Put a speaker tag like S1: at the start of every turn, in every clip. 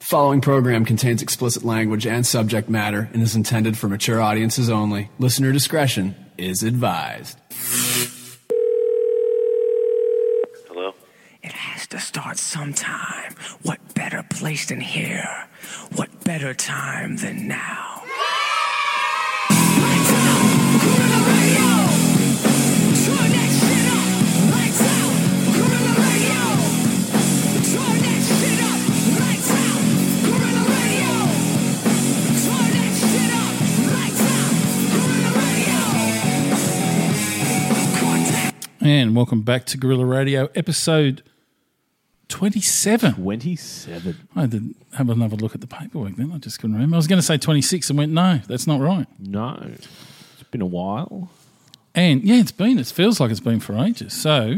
S1: Following program contains explicit language and subject matter and is intended for mature audiences only. Listener discretion is advised.
S2: Hello?
S3: It has to start sometime. What better place than here? What better time than now?
S4: And welcome back to Gorilla Radio, episode 27.
S5: 27.
S4: I had to have another look at the paperwork then. I just couldn't remember. I was going to say 26 and went, no, that's not right.
S5: No. It's been a while.
S4: And yeah, it's been, it feels like it's been for ages. So,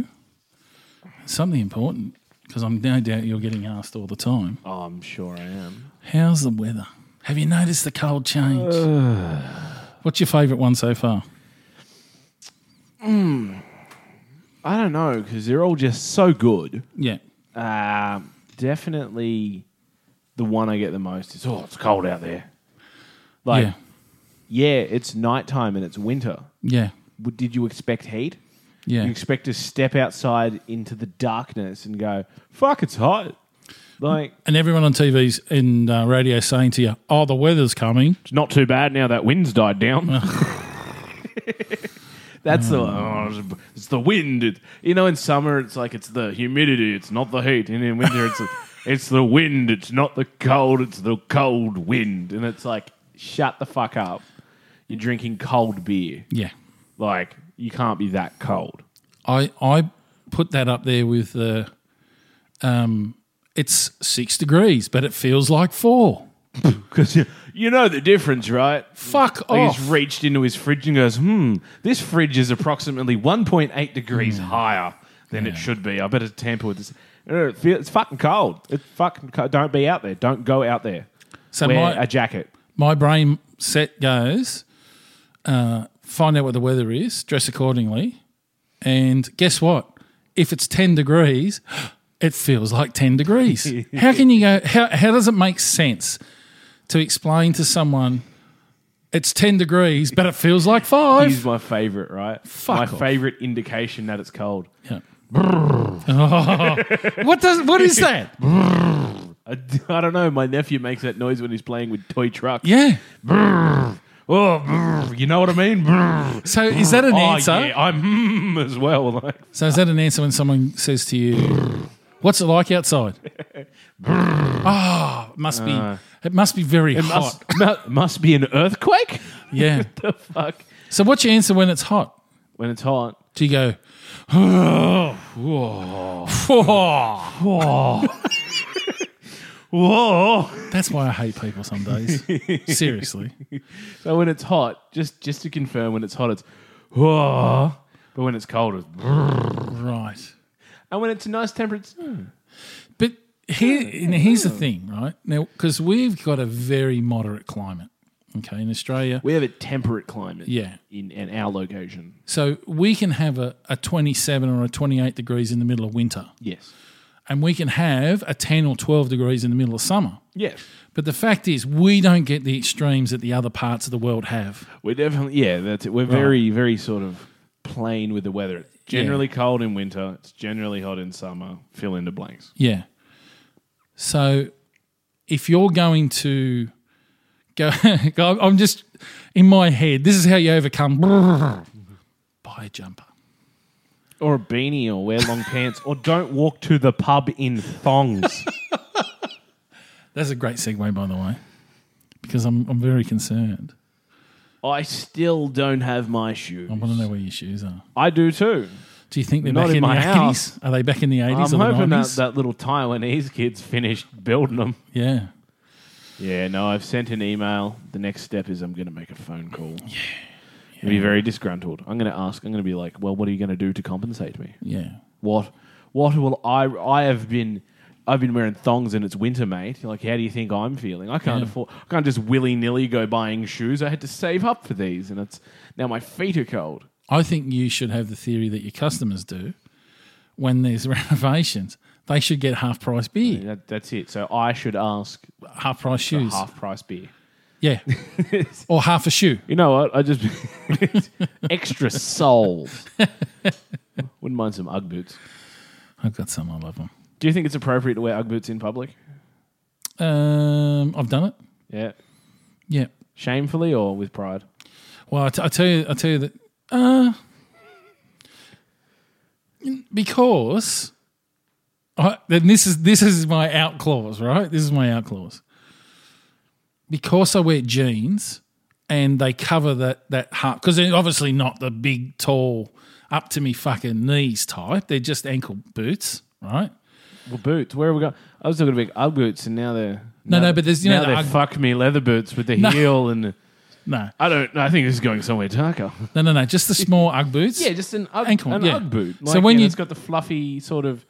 S4: something important, because I'm no doubt you're getting asked all the time
S5: Oh, I'm sure I am.
S4: how's the weather? Have you noticed the cold change? What's your favourite one so far?
S5: I don't know because they're all just so good.
S4: Yeah.
S5: Um, definitely the one I get the most is oh, it's cold out there. Like,
S4: yeah.
S5: yeah, it's nighttime and it's winter.
S4: Yeah.
S5: W- Did you expect heat?
S4: Yeah.
S5: You expect to step outside into the darkness and go, fuck, it's hot. Like,
S4: and everyone on TV's and uh, radio saying to you, oh, the weather's coming.
S5: it's not too bad now that wind's died down. That's the oh, it's- it's the wind. It, you know, in summer it's like it's the humidity, it's not the heat, and in winter it's it's the wind, it's not the cold, it's the cold wind, and it's like shut the fuck up. You're drinking cold beer,
S4: Yeah.
S5: like you can't be that cold.
S4: I I put that up there with uh, um, it's six degrees, but it feels like four.
S5: Because you, you know the difference, right?
S4: Fuck
S5: Like
S4: off.
S5: he's reached into his fridge and goes, hmm, this fridge is approximately 1.8 degrees
S4: Hmm.
S5: higher than it should be. I better tamper with this. Uh, it feel- It's fucking cold. It's fucking cold. Don't be out there. Don't go out there.
S4: so
S5: Wear
S4: my
S5: a jacket.
S4: my brain set goes, uh, find out what the weather is, dress accordingly, and guess what? If it's ten degrees, it feels like ten degrees. how can you go? How how does it make sense to explain to someone? It's ten degrees, but it feels like five.
S5: He's my favorite, right?
S4: Fuck
S5: my
S4: off.
S5: favorite indication that it's cold.
S4: What does what is that?
S5: I, I don't know. My nephew makes that noise when he's playing with toy trucks.
S4: Yeah.
S5: Oh, brrr, you know what I mean? Brrr.
S4: So is that an
S5: Oh,
S4: answer?
S5: yeah, I'm mm, as well. Like,
S4: So is that an answer when someone says to you, "What's it like outside?" oh, it must be. It must be very
S5: Uh. it
S4: hot.
S5: must, mu- must be an earthquake.
S4: Yeah.
S5: the fuck?
S4: so what's your answer when it's hot?
S5: When it's hot,
S4: Do you go?
S5: Whoa!
S4: That's why I hate people some days. Seriously.
S5: So when it's hot, just just to confirm, when it's hot, it's whoa. But when it's cold, it's brrr.
S4: Right.
S5: and when it's a nice temperature, it's, hmm.
S4: But here, now here's the thing, right? Now, because we've got a very moderate climate, okay, in Australia.
S5: we have a temperate climate.
S4: Yeah.
S5: in, in our location,
S4: So we can have a, a 27 or a 28 degrees in the middle of winter.
S5: yes,
S4: and we can have a 10 or 12 degrees in the middle of summer.
S5: yes,
S4: But the fact is, we don't get the extremes that the other parts of the world have.
S5: we're definitely yeah. That's it. We're very very sort of plain with the weather. It's generally cold in winter. It's generally hot in summer. Fill in the blanks.
S4: Yeah. So if you're going to go, go- I'm just in my head, this is how you overcome buy a jumper.
S5: Or a beanie, or wear long pants, or don't walk to the pub in thongs.
S4: That's a great segue, by the way, because I'm, I'm very concerned.
S5: I still don't have my shoes.
S4: I want to know where your shoes are.
S5: I do too.
S4: Do you think they're
S5: Not
S4: back
S5: in
S4: in,
S5: my
S4: the
S5: house.
S4: 80s? Are they back in the 80s
S5: I'm
S4: or the
S5: hoping that,
S4: 90s?
S5: that little Taiwanese kid's finished building them.
S4: yeah.
S5: Yeah, no, I've sent an email. The next step is I'm going to make a phone call. Yeah. Be very disgruntled. I'm going to ask. I'm going to be like, "Well, what are you going to do to compensate me?
S4: Yeah.
S5: What? What will I? I have been, I've been wearing thongs and it's winter, mate. Like, how do you think I'm feeling? I can't
S4: Yeah.
S5: afford. I can't just willy nilly go buying shoes. I had to save up for these, and it's now my feet are cold.
S4: I think you should have the theory that your customers do when there's renovations. They should get half price beer,
S5: That, that's it. So I should ask
S4: half price shoes.
S5: half price beer.
S4: Yeah. or half a shoe.
S5: You know what? I just extra soles. Wouldn't mind some UGG boots.
S4: I've got some. I love them.
S5: Do you think it's appropriate to wear UGG boots in public?
S4: Um, I've done it.
S5: Yeah,
S4: Yeah.
S5: shamefully or with pride?
S4: Well, I, t- I tell you, I tell you that uh, n- because I, then this is this is my out clause, right? This is my out clause. Because I wear jeans and they cover that that half because they're obviously not the big, tall, up to me fucking knees type. They're just ankle boots, right?
S5: Well, boots. Where have we got? I was talking about UGG boots, and now they're
S4: No,
S5: now
S4: no, but there's- you
S5: now
S4: know, the
S5: they're
S4: Ugg-
S5: fuck me leather boots with the
S4: No.
S5: heel and. The,
S4: No,
S5: I don't. I think this is going somewhere darker.
S4: no, no, no. Just the small UGG boots.
S5: Yeah, just an UGG,
S4: Ankle,
S5: an
S4: yeah.
S5: UGG boot.
S4: So
S5: Like, so
S4: when
S5: when
S4: you-
S5: it's got the fluffy sort of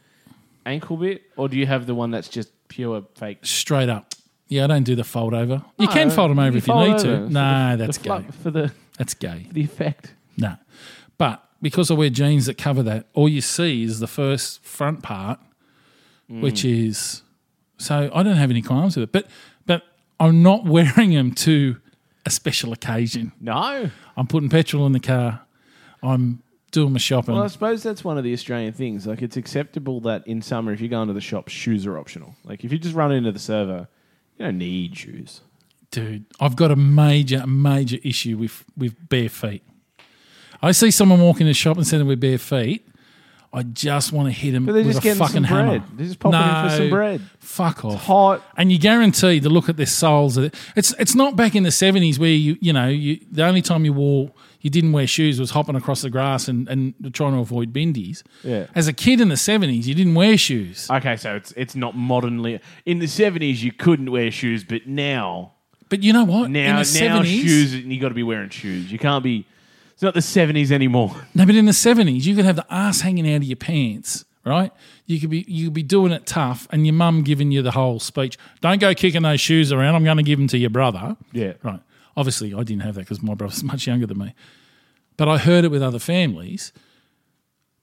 S5: ankle bit, or do you have the one that's just pure fake?
S4: straight up. Yeah, I don't do the fold over. You can fold them over if you
S5: fold
S4: need
S5: over.
S4: to. Nah, that's
S5: the
S4: gay.
S5: fluff for the
S4: That's gay.
S5: the effect.
S4: Nah. But because I wear jeans that cover that, all you see is the first front part, which
S5: Mm.
S4: is so I don't have any qualms with it. But but I'm not wearing them to a special occasion.
S5: No,
S4: I'm putting petrol in the car. I'm doing my shopping.
S5: well, I suppose that's one of the Australian things. Like, it's acceptable that in summer, if you go into the shop, shoes are optional. Like, if you just run into the server, you don't need shoes.
S4: Dude, I've got a major, major issue with, with bare feet. I see someone walking in the shopping centre with bare feet. I just want to hit him
S5: But they're
S4: with
S5: just
S4: a
S5: getting some
S4: fucking hammer.
S5: bread. They're just popping in for some bread.
S4: Fuck off.
S5: Hot.
S4: And you guarantee to look at their soles. of it- It's it's not back in the seventies where you you know you the only time you wore you didn't wear shoes was hopping across the grass and, and trying to avoid bindies.
S5: Yeah.
S4: As a kid in the seventies, you didn't wear shoes.
S5: Okay, so it's it's not modernly. In the seventies, you couldn't wear shoes, but now
S4: But you know what? in
S5: now
S4: the
S5: now
S4: 70s,
S5: shoes you got to be wearing shoes. You can't be. It's not the seventies anymore.
S4: No, but in the seventies, you could have the ass hanging out of your pants, right? You could be you could be doing it tough, and your mum giving you the whole speech. Don't go kicking those shoes around. I'm going to give them to your brother.
S5: Yeah.
S4: right. Obviously, I didn't have that because my brother's much younger than me, but I heard it with other families.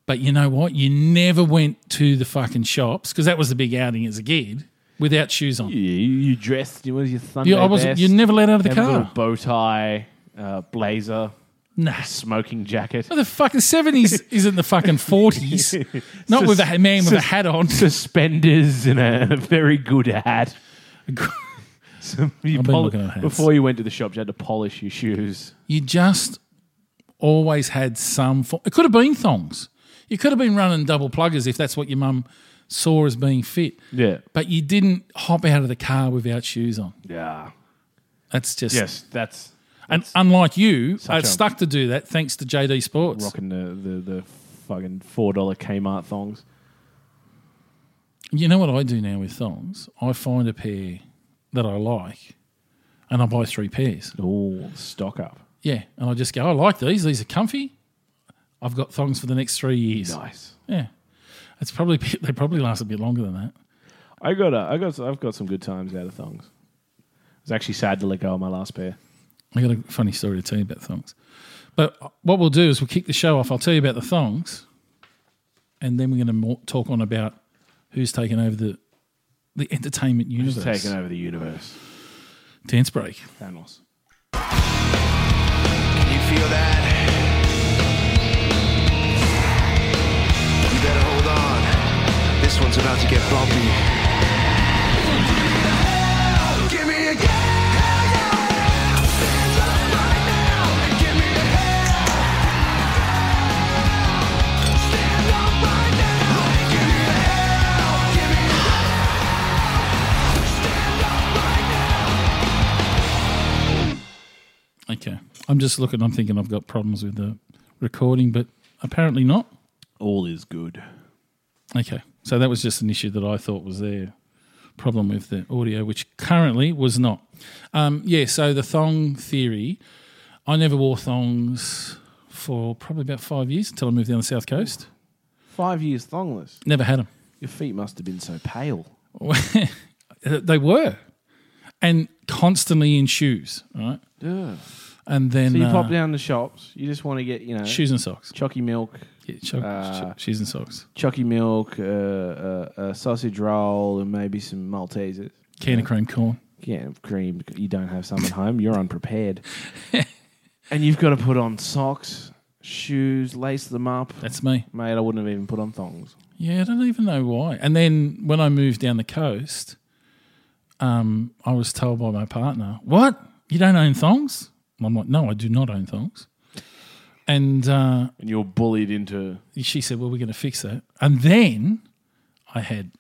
S4: But you know what? You never went to the fucking shops because that was the big outing as a kid without shoes on.
S5: Yeah, you, you dressed. You was your Sunday
S4: You, I was
S5: best,
S4: you never let out of the
S5: have a little
S4: car.
S5: bow tie, uh, blazer,
S4: Nah.
S5: smoking jacket,
S4: The fucking seventies isn't the fucking forties. Not with a man with a hat on.
S5: suspenders, and a, a very good hat. Some- you
S4: I've been looking at hats.
S5: Before you went to the shop, you had to polish your shoes.
S4: you just always had some form. It could have been thongs. You could have been running double pluggers if that's what your mum saw as being fit.
S5: Yeah.
S4: But you didn't hop out of the car without shoes on.
S5: Yeah.
S4: That's just.
S5: Yes, that's
S4: And unlike you, I
S5: a-
S4: stuck to do that thanks to JD Sports.
S5: rocking the, the, the fucking $4 Kmart thongs.
S4: You know what I do now with thongs? I find a pair that I like and I buy three pairs.
S5: Oh, stock up.
S4: Yeah. And I just go, I like these. These are comfy. I've got thongs for the next three years.
S5: Nice.
S4: Yeah. It's probably, they probably last a bit longer than that.
S5: I got a, I got I've got some good times out of thongs. I was actually sad to let go of my last pair.
S4: I got a funny story to tell you about thongs. But what we'll do is we'll kick the show off. I'll tell you about the thongs, and then we're going to talk on about who's taken over the the entertainment universe.
S5: Taking over the universe.
S4: Dance break.
S5: Thanos.
S6: You feel that? You better hold on. This one's about to get bumpy. Give me a
S4: Okay. I'm just looking. I'm thinking I've got problems with the recording, but apparently not.
S5: All is good.
S4: Okay. So that was just an issue that I thought was their problem with the audio, which currently was not. Um, yeah. So the thong theory. I never wore thongs for probably about five years until I moved down the south coast.
S5: Five years thongless.
S4: Never had them.
S5: Your feet must have been so pale.
S4: they were, and constantly in shoes, right?
S5: Yeah.
S4: And then
S5: So you
S4: uh,
S5: pop down the shops. You just want to get you know
S4: shoes and socks.
S5: chalky milk.
S4: Yeah, chug-
S5: Uh,
S4: ch- cheese and socks.
S5: Chucky milk, uh, uh, a sausage roll, and maybe some Maltesers.
S4: Can of cream corn.
S5: Yeah, cream. You don't have some at home. You're unprepared. and you've got to put on socks, shoes, lace them up.
S4: That's me.
S5: Mate, I wouldn't have even put on thongs.
S4: Yeah, I don't even know why. And then when I moved down the coast, um, I was told by my partner, "What? You don't own thongs?" And I'm like, "No, I do not own thongs." And uh,
S5: And you're bullied into.
S4: she said, "Well, we're going to fix that." And then I had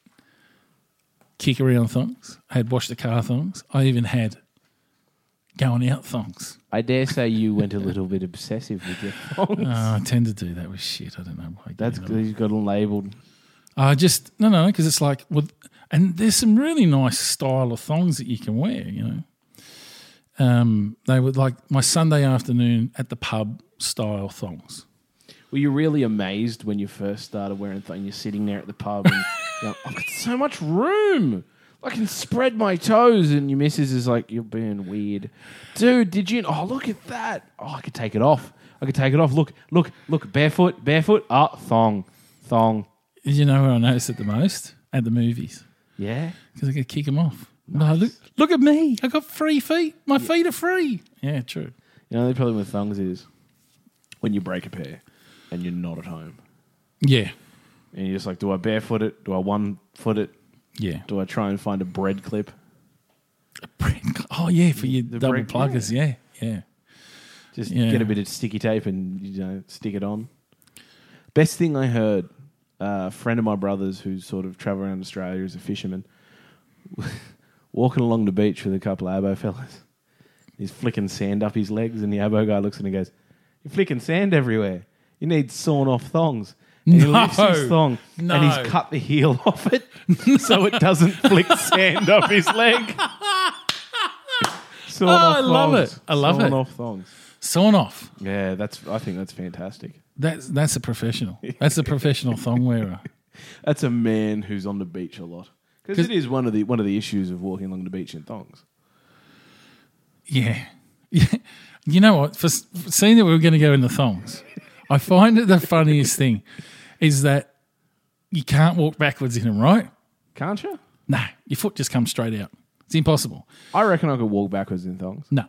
S4: kickery on thongs. I had wash the car thongs. I even had going out thongs.
S5: I dare say you went a little bit obsessive with your thongs.
S4: Uh, I tend to do that with shit. I don't know why.
S5: That's
S4: You know.
S5: because you've got them labeled.
S4: I Uh, just no, no, because it's like with, and there's some really nice style of thongs that you can wear. You know, um, they were like my Sunday afternoon at the pub style thongs.
S5: Were you really amazed when you first started wearing thongs? You're sitting there at the pub and you're like, I've got so much room. I can spread my toes. And your missus is like, You're being weird. Dude, did you? Oh, look at that. Oh, I could take it off. I could take it off. Look, look, look. Barefoot, barefoot. Ah, thong, thong.
S4: You know where I noticed it the most at the movies
S5: Yeah.
S4: because I could kick them off. No, look, look at me. I got free feet. My feet are free. Yeah, true.
S5: You know, the problem with thongs is when you break a pair and you're not at home.
S4: Yeah,
S5: And you're just like, Do I barefoot it? Do I one foot it?
S4: yeah.
S5: Do I try and find a bread clip?
S4: Oh yeah, for your
S5: The
S4: double
S5: brick-
S4: pluggers. Yeah, yeah.
S5: Just
S4: Yeah.
S5: get a bit of sticky tape and you know stick it on. Best thing I heard, uh, a friend of my brother's who sort of travel around Australia as a fisherman, walking along the beach with a couple of abo fellas. He's flicking sand up his legs, and the abo guy looks at him and goes, "You're flicking sand everywhere. You need sawn off thongs." And he
S4: No.
S5: lifts his thong and
S4: No.
S5: he's cut the heel off it so it doesn't flick sand up his leg. Sawn
S4: Oh,
S5: off
S4: I love
S5: thongs.
S4: it. I love
S5: Sawn
S4: it.
S5: off thongs.
S4: Sawn off.
S5: Yeah, that's. I think that's fantastic.
S4: That's that's a professional. That's a professional thong wearer.
S5: That's a man who's on the beach a lot because it is one of the one of the issues of walking along the beach in thongs.
S4: Yeah. Yeah. You know what? For, s- for seeing that we were going to go in the thongs, I find it the funniest thing is that you can't walk backwards in them, right?
S5: Can't you?
S4: No, your foot just comes straight out. It's impossible.
S5: I reckon I could walk backwards in thongs.
S4: No.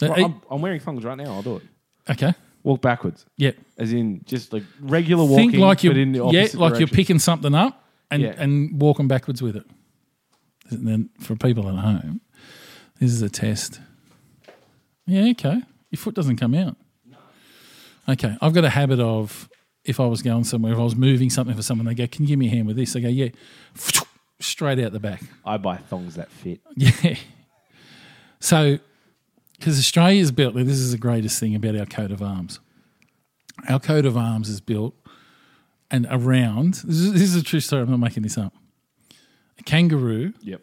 S4: That- e,
S5: Well, I'm, I'm wearing thongs right now. I'll do it.
S4: okay.
S5: Walk backwards,
S4: Yeah.
S5: as in just like regular walking.
S4: Think like you're
S5: but in the
S4: yeah, like
S5: opposite
S4: you're
S5: direction.
S4: picking something up and
S5: Yeah.
S4: and walking backwards with it. And then for people at home, this is a test. Yeah. Okay. Your foot doesn't come out. Okay, I've got a habit of if I was going somewhere, if I was moving something for someone, they go, "Can you give me a hand with this?" I go, "Yeah," straight out the back.
S5: I buy thongs that fit.
S4: Yeah. So, because Australia's built, this is the greatest thing about our coat of arms. Our coat of arms is built and around. This is, this is a true story. I'm not making this up. A kangaroo
S5: Yep.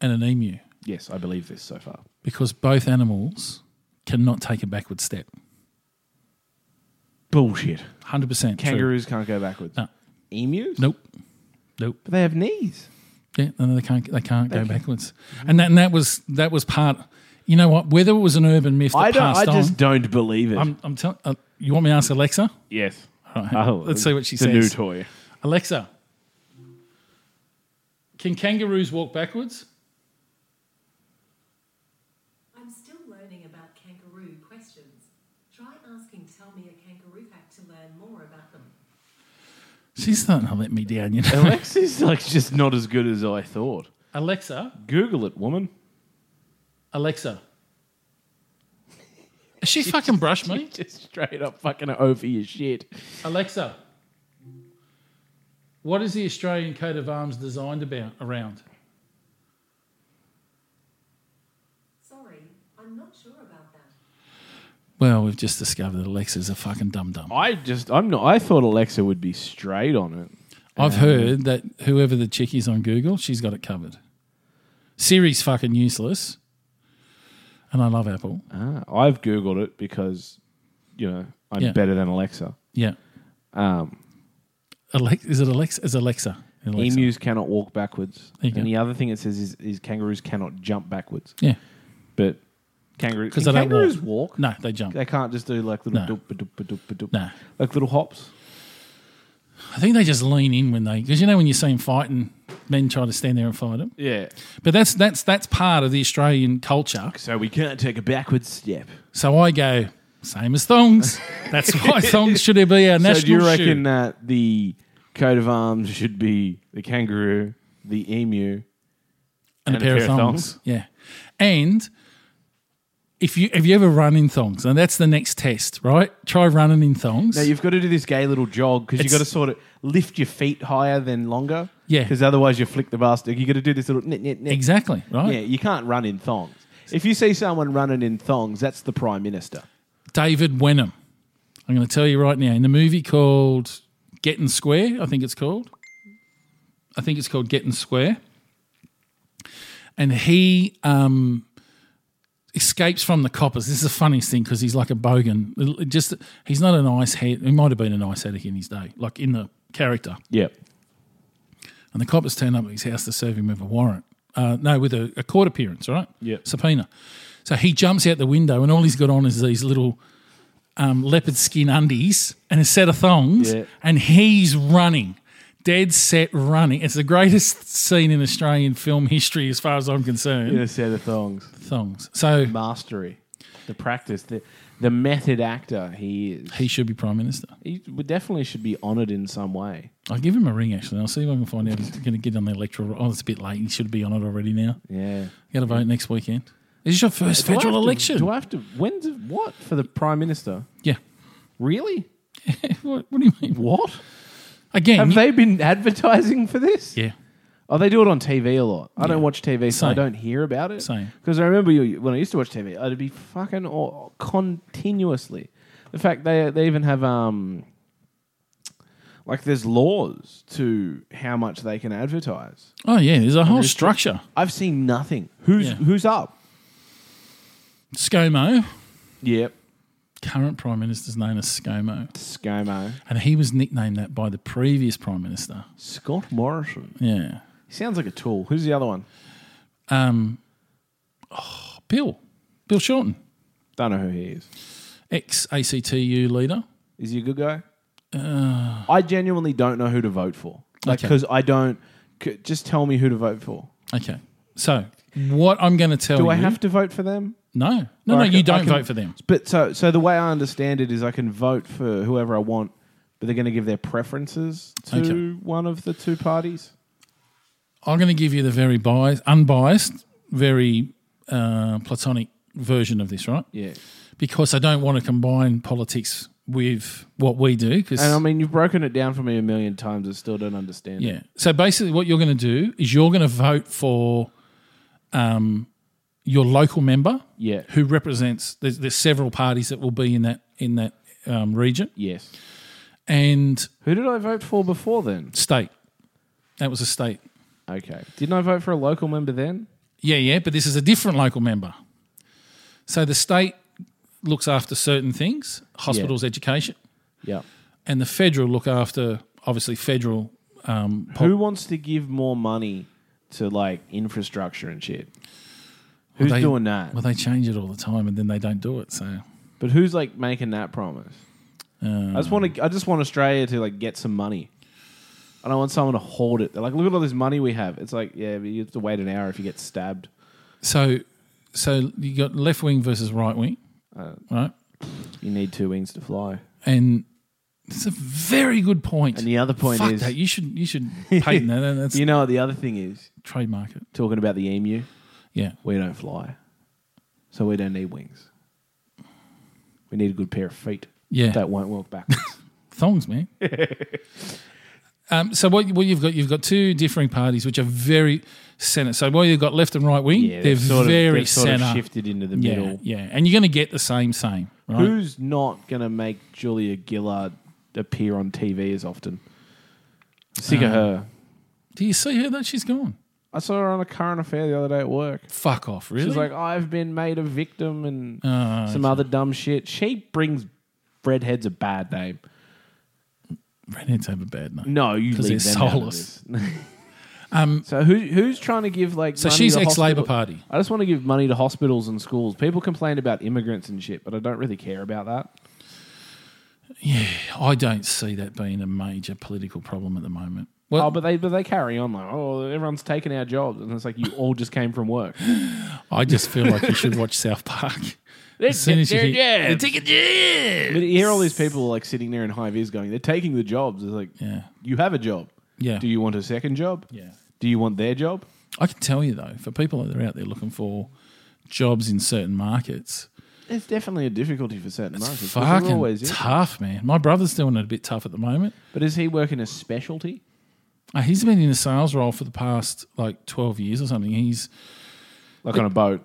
S4: and an emu,
S5: Yes, I believe this so far.
S4: because both animals cannot take a backward step.
S5: Bullshit.
S4: Hundred percent.
S5: Kangaroos can't go backwards.
S4: No.
S5: Emus?
S4: Nope. Nope.
S5: But they have knees.
S4: Yeah, no, no, they can't. They can't go backwards. And that, and that was that was part. You know what? Whether it was an urban myth that
S5: I don't. I
S4: passed
S5: just
S4: on,
S5: don't believe it.
S4: I'm, I'm telling. Uh, you want me to ask Alexa?
S5: yes.
S4: Oh, let's see what she
S5: the
S4: says.
S5: new toy.
S4: Alexa, can kangaroos walk backwards?
S7: I'm still learning about kangaroo questions. Try asking Tell Me a Kangaroo Fact to learn more about them.
S4: She's starting to let me down, you know.
S5: Alexa's like just not as good as I thought.
S4: Alexa,
S5: Google it, woman.
S4: Alexa. Has she fucking brushed me?
S5: Just straight up fucking over your shit.
S4: Alexa, what is the Australian coat of arms designed about around?
S7: Sorry, I'm not sure about that.
S4: Well, we've just discovered that Alexa's a fucking dum dum.
S5: I just, I'm not. I thought Alexa would be straight on it.
S4: I've heard that whoever the chick is on Google, she's got it covered. Siri's fucking useless. And I love Apple.
S5: Ah, I've googled it because, you know, I'm
S4: Yeah.
S5: better than Alexa.
S4: Yeah.
S5: Um,
S4: Alex, is it Alexa? Is Alexa? Alexa.
S5: Emus cannot walk backwards,
S4: There you
S5: and
S4: go.
S5: the other thing it says is, is kangaroos cannot jump backwards.
S4: Yeah.
S5: But kangaroos,
S4: 'Cause
S5: can
S4: they don't
S5: kangaroos walk.
S4: No, they jump.
S5: They can't just do like little
S4: No.
S5: doop doop doop doop,
S4: No.
S5: like little hops.
S4: I think they just lean in when they because you know when you see them fighting, men try to stand there and fight them.
S5: Yeah.
S4: But that's that's that's part of the Australian culture.
S5: So we can't take a backward step.
S4: So I go same as thongs. That's why thongs should be our national
S5: so do you reckon
S4: shoe.
S5: that the coat of arms should be the kangaroo, the emu?
S4: and a pair, of thongs. Yeah. And if you have you ever run in thongs, and that's the next test, right? Try running in thongs.
S5: Now you've got to do this gay little jog because you've
S4: It's-
S5: got to sort of lift your feet higher than longer.
S4: Yeah.
S5: Because otherwise you flick the bastard. you got to do this little knit, knit, knit.
S4: exactly, right?
S5: Yeah, you can't run in thongs. If you see someone running in thongs, that's the prime minister.
S4: David Wenham. I'm going to tell you right now in the movie called Getting Square, I think it's called. I think it's called Getting Square. And he um, escapes from the coppers. This is the funniest thing because he's like a bogan. It- it Just he's not an ice head. He might have been an ice addict in his day, like in the character.
S5: Yeah.
S4: And the coppers turn up at his house to serve him with a warrant. Uh, no, with a, a court appearance, all right?
S5: Yep.
S4: Subpoena. So he jumps out the window, and all he's got on is these little um, leopard skin undies and a set of thongs,
S5: Yeah.
S4: and he's running, dead set running. It's the greatest scene in Australian film history, as far as I'm concerned.
S5: In a set of thongs.
S4: Thongs. So
S5: Mastery. The practice. The, the method actor he is.
S4: he should be prime minister.
S5: He would definitely should be honoured in some way.
S4: I'll give him a ring actually. I'll see if I can find out if he's going to get on the electoral. Oh, it's a bit late. He should be on it already now.
S5: Yeah.
S4: Got to vote next weekend. Is this your first federal
S5: do I have
S4: election?
S5: To, do I have to? When's it- what for the prime minister?
S4: yeah.
S5: Really?
S4: What, what do you mean?
S5: What
S4: Again,
S5: have
S4: you-
S5: they been advertising for this?
S4: yeah,
S5: Oh, they do it on TV a lot. I don't watch TV, so I
S4: Same.
S5: don't hear about it.
S4: Same.
S5: Because I remember you, when I used to watch TV, I'd be fucking all, continuously. The fact they they even have um, like there's laws to how much they can advertise.
S4: oh yeah, there's a whole structure.
S5: I've seen nothing. Who's
S4: Yeah.
S5: who's up?
S4: ScoMo,
S5: Yep,
S4: current prime minister's name is ScoMo,
S5: ScoMo,
S4: and he was nicknamed that by the previous prime minister.
S5: Scott Morrison.
S4: Yeah,
S5: He sounds like a tool. Who's the other one?
S4: um, oh, Bill, Bill Shorten,
S5: Don't know who he is.
S4: ex ACTU leader.
S5: Is he a good guy? I genuinely don't know who to vote for. Like,
S4: Uh. Okay.
S5: because I don't. c- Just tell me who to vote for.
S4: Okay, so what I'm going to tell
S5: Do
S4: you?
S5: I have to vote for them?
S4: no, no, no.
S5: Or I can-
S4: you
S5: I
S4: don't
S5: can-
S4: vote for them.
S5: But so, so the way I understand it is, I can vote for whoever I want, but they're going to give their preferences to
S4: Okay.
S5: one of the two parties.
S4: I'm going to give you the very biased, unbiased, very uh, platonic version of this, right?
S5: Yeah.
S4: Because I don't want to combine politics with what we do. Because
S5: And I mean, you've broken it down for me a million times. I still don't understand. it.
S4: Yeah. So basically, what you're going to do is you're going to vote for um, your local member,
S5: Yeah.
S4: who represents. There's, there's several parties that will be in that in that um, region
S5: Yes.
S4: and
S5: Who did I vote for before then?
S4: state. That was a state.
S5: Okay. Didn't I vote for a local member then?
S4: Yeah, yeah. But this is a different local member. So the state looks after certain things: hospitals, education,
S5: Yeah.
S4: and the federal look after obviously federal. Um, pol-
S5: Who wants to give more money to like infrastructure and shit? Who's
S4: they-
S5: doing that?
S4: Well, they change it all the time, and then they don't do it. So
S5: But who's like making that promise? I just want to. I just want Australia to like get some money. I don't want someone to hoard it. They're like, look at all this money we have. It's like, yeah, but you have to wait an hour if you get stabbed.
S4: So, so you got left wing versus right wing,
S5: Uh,
S4: right?
S5: You need two wings to fly.
S4: And it's a very good point.
S5: And the other point
S4: Fuck
S5: is-
S4: that. you should you should patent that. That's
S5: You know what the other thing is?
S4: trademark it.
S5: Talking about the emu,
S4: Yeah,
S5: we don't fly, so we don't need wings. We need a good pair of feet
S4: yeah.
S5: that won't walk backwards.
S4: Thongs, man. um, so what what you've got you've got two differing parties which are very centre. So while you've got left and right wing, they're
S5: yeah, they've sort of-
S4: very
S5: they've sort of
S4: centre.
S5: shifted into the
S4: yeah,
S5: middle.
S4: yeah. And you're going to get the same same. Right?
S5: Who's not going to make Julia Gillard appear on TV as often? Sick
S4: Um,
S5: of her.
S4: Do you see her? That she's gone.
S5: I saw her on a current affair the other day at work.
S4: Fuck off, really? Oh,
S5: She's like, I've been made a victim and some other dumb shit. She brings redheads a bad name.
S4: redheads have a bad night.
S5: No, you
S4: 'Cause
S5: leave
S4: they're
S5: them out of
S4: soulless. Um,
S5: this. so who who's trying to give like?
S4: So
S5: money
S4: she's
S5: to
S4: ex Labor
S5: hospital-
S4: Party.
S5: I just want to give money to hospitals and schools. People complain about immigrants and shit, but I don't really care about that.
S4: I don't see that being a major political problem at the moment. Well,
S5: Oh, but they but they carry on like, oh, everyone's taking our jobs, and it's like you all just came from work.
S4: I just feel like you should watch South Park. As soon as you
S5: They're
S4: hear-
S5: jabs.
S4: They're taking jabs.
S5: But you hear all these people like sitting there in high vis going, they're taking the jobs. It's like,
S4: Yeah.
S5: you have a job.
S4: Yeah.
S5: Do you want a second job?
S4: Yeah.
S5: Do you want their job?
S4: I can tell you though, for people that are out there looking for jobs in certain markets,
S5: There's definitely a difficulty for certain markets. but there
S4: fucking
S5: always is.
S4: tough, man. My brother's doing it a bit tough at the moment.
S5: But is he working a specialty?
S4: Uh, he's been in a sales role for the past like twelve years or something. He's
S5: Like on a boat?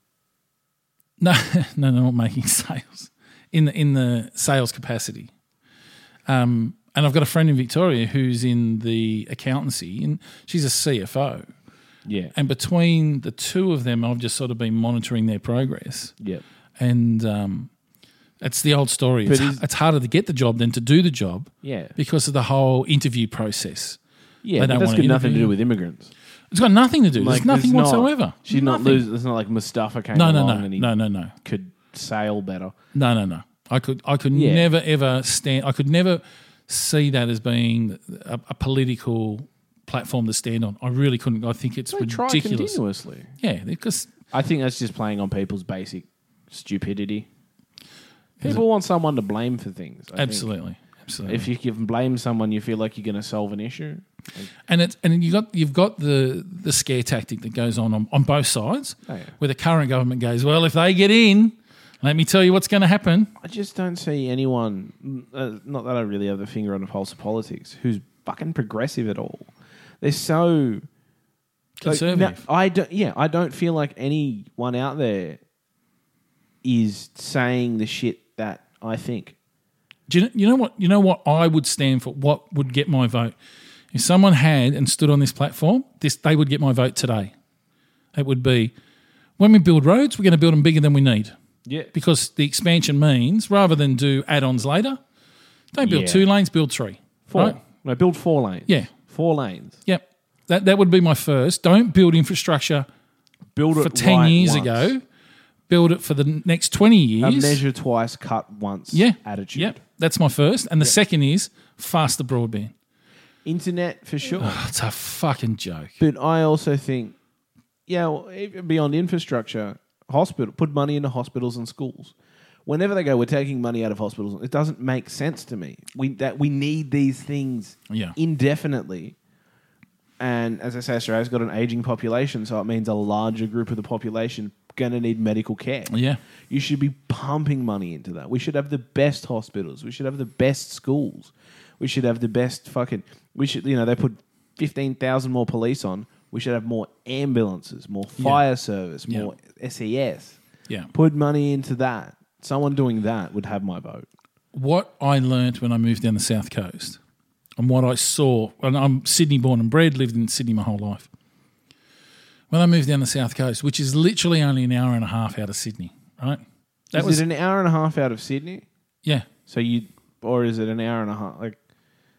S4: no, no, no, not making sales in the in the sales capacity. Um, and I've got a friend in Victoria who's in the accountancy, and she's a CFO.
S5: Yeah.
S4: And between the two of them, I've just sort of been monitoring their progress.
S5: yeah.
S4: and um, it's the old story. It's,
S5: But is-
S4: it's harder to get the job than to do the job.
S5: Yeah.
S4: because of the whole interview process. They
S5: Yeah. but
S4: don't
S5: that's
S4: wanna
S5: got nothing to
S4: interview
S5: do
S4: you.
S5: with immigrants.
S4: It's got nothing to do.
S5: Like,
S4: there's nothing
S5: there's not-
S4: whatsoever.
S5: She's not
S4: Nothing.
S5: losing. It's not like Mustafa came
S4: No, no,
S5: along
S4: no,
S5: and he
S4: no, no, no,
S5: could sail better.
S4: no, no, no. I could, I could
S5: Yeah.
S4: never ever stand. I could never see that as being a, a political platform to stand on. I really couldn't. I think it's
S5: They try
S4: ridiculous.
S5: continuously.
S4: Yeah, because
S5: I think that's just playing on people's basic stupidity. People want someone to blame for things. I think.
S4: absolutely, absolutely.
S5: If you can blame someone, you feel like you're going to solve an issue.
S4: and it's and you got you've got the the scare tactic that goes on on, on both sides,
S5: Oh, yeah.
S4: where the current government goes, well, if they get in, let me tell you what's going to happen.
S5: I just don't see anyone, uh, not that I really have a finger on the pulse of politics, who's fucking progressive at all. They're so like, no,
S4: Conservative.
S5: I don't. Yeah, I don't feel like anyone out there is saying the shit that I think.
S4: Do you know, you know what you know what I would stand for? What would get my vote? If someone had and stood on this platform, this they would get my vote today. It would be when we build roads, we're going to build them bigger than we need
S5: Yeah,
S4: because the expansion means rather than do add-ons later, don't build
S5: Yeah.
S4: two lanes, build three.
S5: four.
S4: Right?
S5: No, build four lanes.
S4: Yeah.
S5: four lanes.
S4: Yep. That that would be my first. Don't build infrastructure
S5: Build it
S4: for 10
S5: right
S4: years
S5: once.
S4: ago, build it for the next 20
S5: A
S4: years.
S5: measure twice, cut once.
S4: yeah.
S5: attitude.
S4: Yep. That's my first. And the second is faster broadband.
S5: Internet for sure.
S4: That's a fucking joke.
S5: But I also think, yeah, well, even beyond infrastructure, hospital put money into hospitals and schools. Whenever they go, we're taking money out of hospitals. It doesn't make sense to me. We that we need these things
S4: Yeah.
S5: indefinitely. And as I say, Australia's got an aging population, so it means a larger group of the population going to need medical care.
S4: Yeah.
S5: You should be pumping money into that. We should have the best hospitals. We should have the best schools. We should have the best fucking. We should, you know, they put 15,000 more police on. We should have more ambulances, more fire service,
S4: Yeah.
S5: more SES.
S4: Yeah.
S5: Put money into that. Someone doing that would have my vote.
S4: What I learnt when I moved down the South Coast and what I saw, and I'm Sydney born and bred, lived in Sydney my whole life. When I moved down the South Coast, which is literally only an hour and a half out of Sydney, right? That
S5: Is
S4: was,
S5: it an hour and a half out of Sydney?
S4: yeah.
S5: So you, or is it an hour and a half? Like,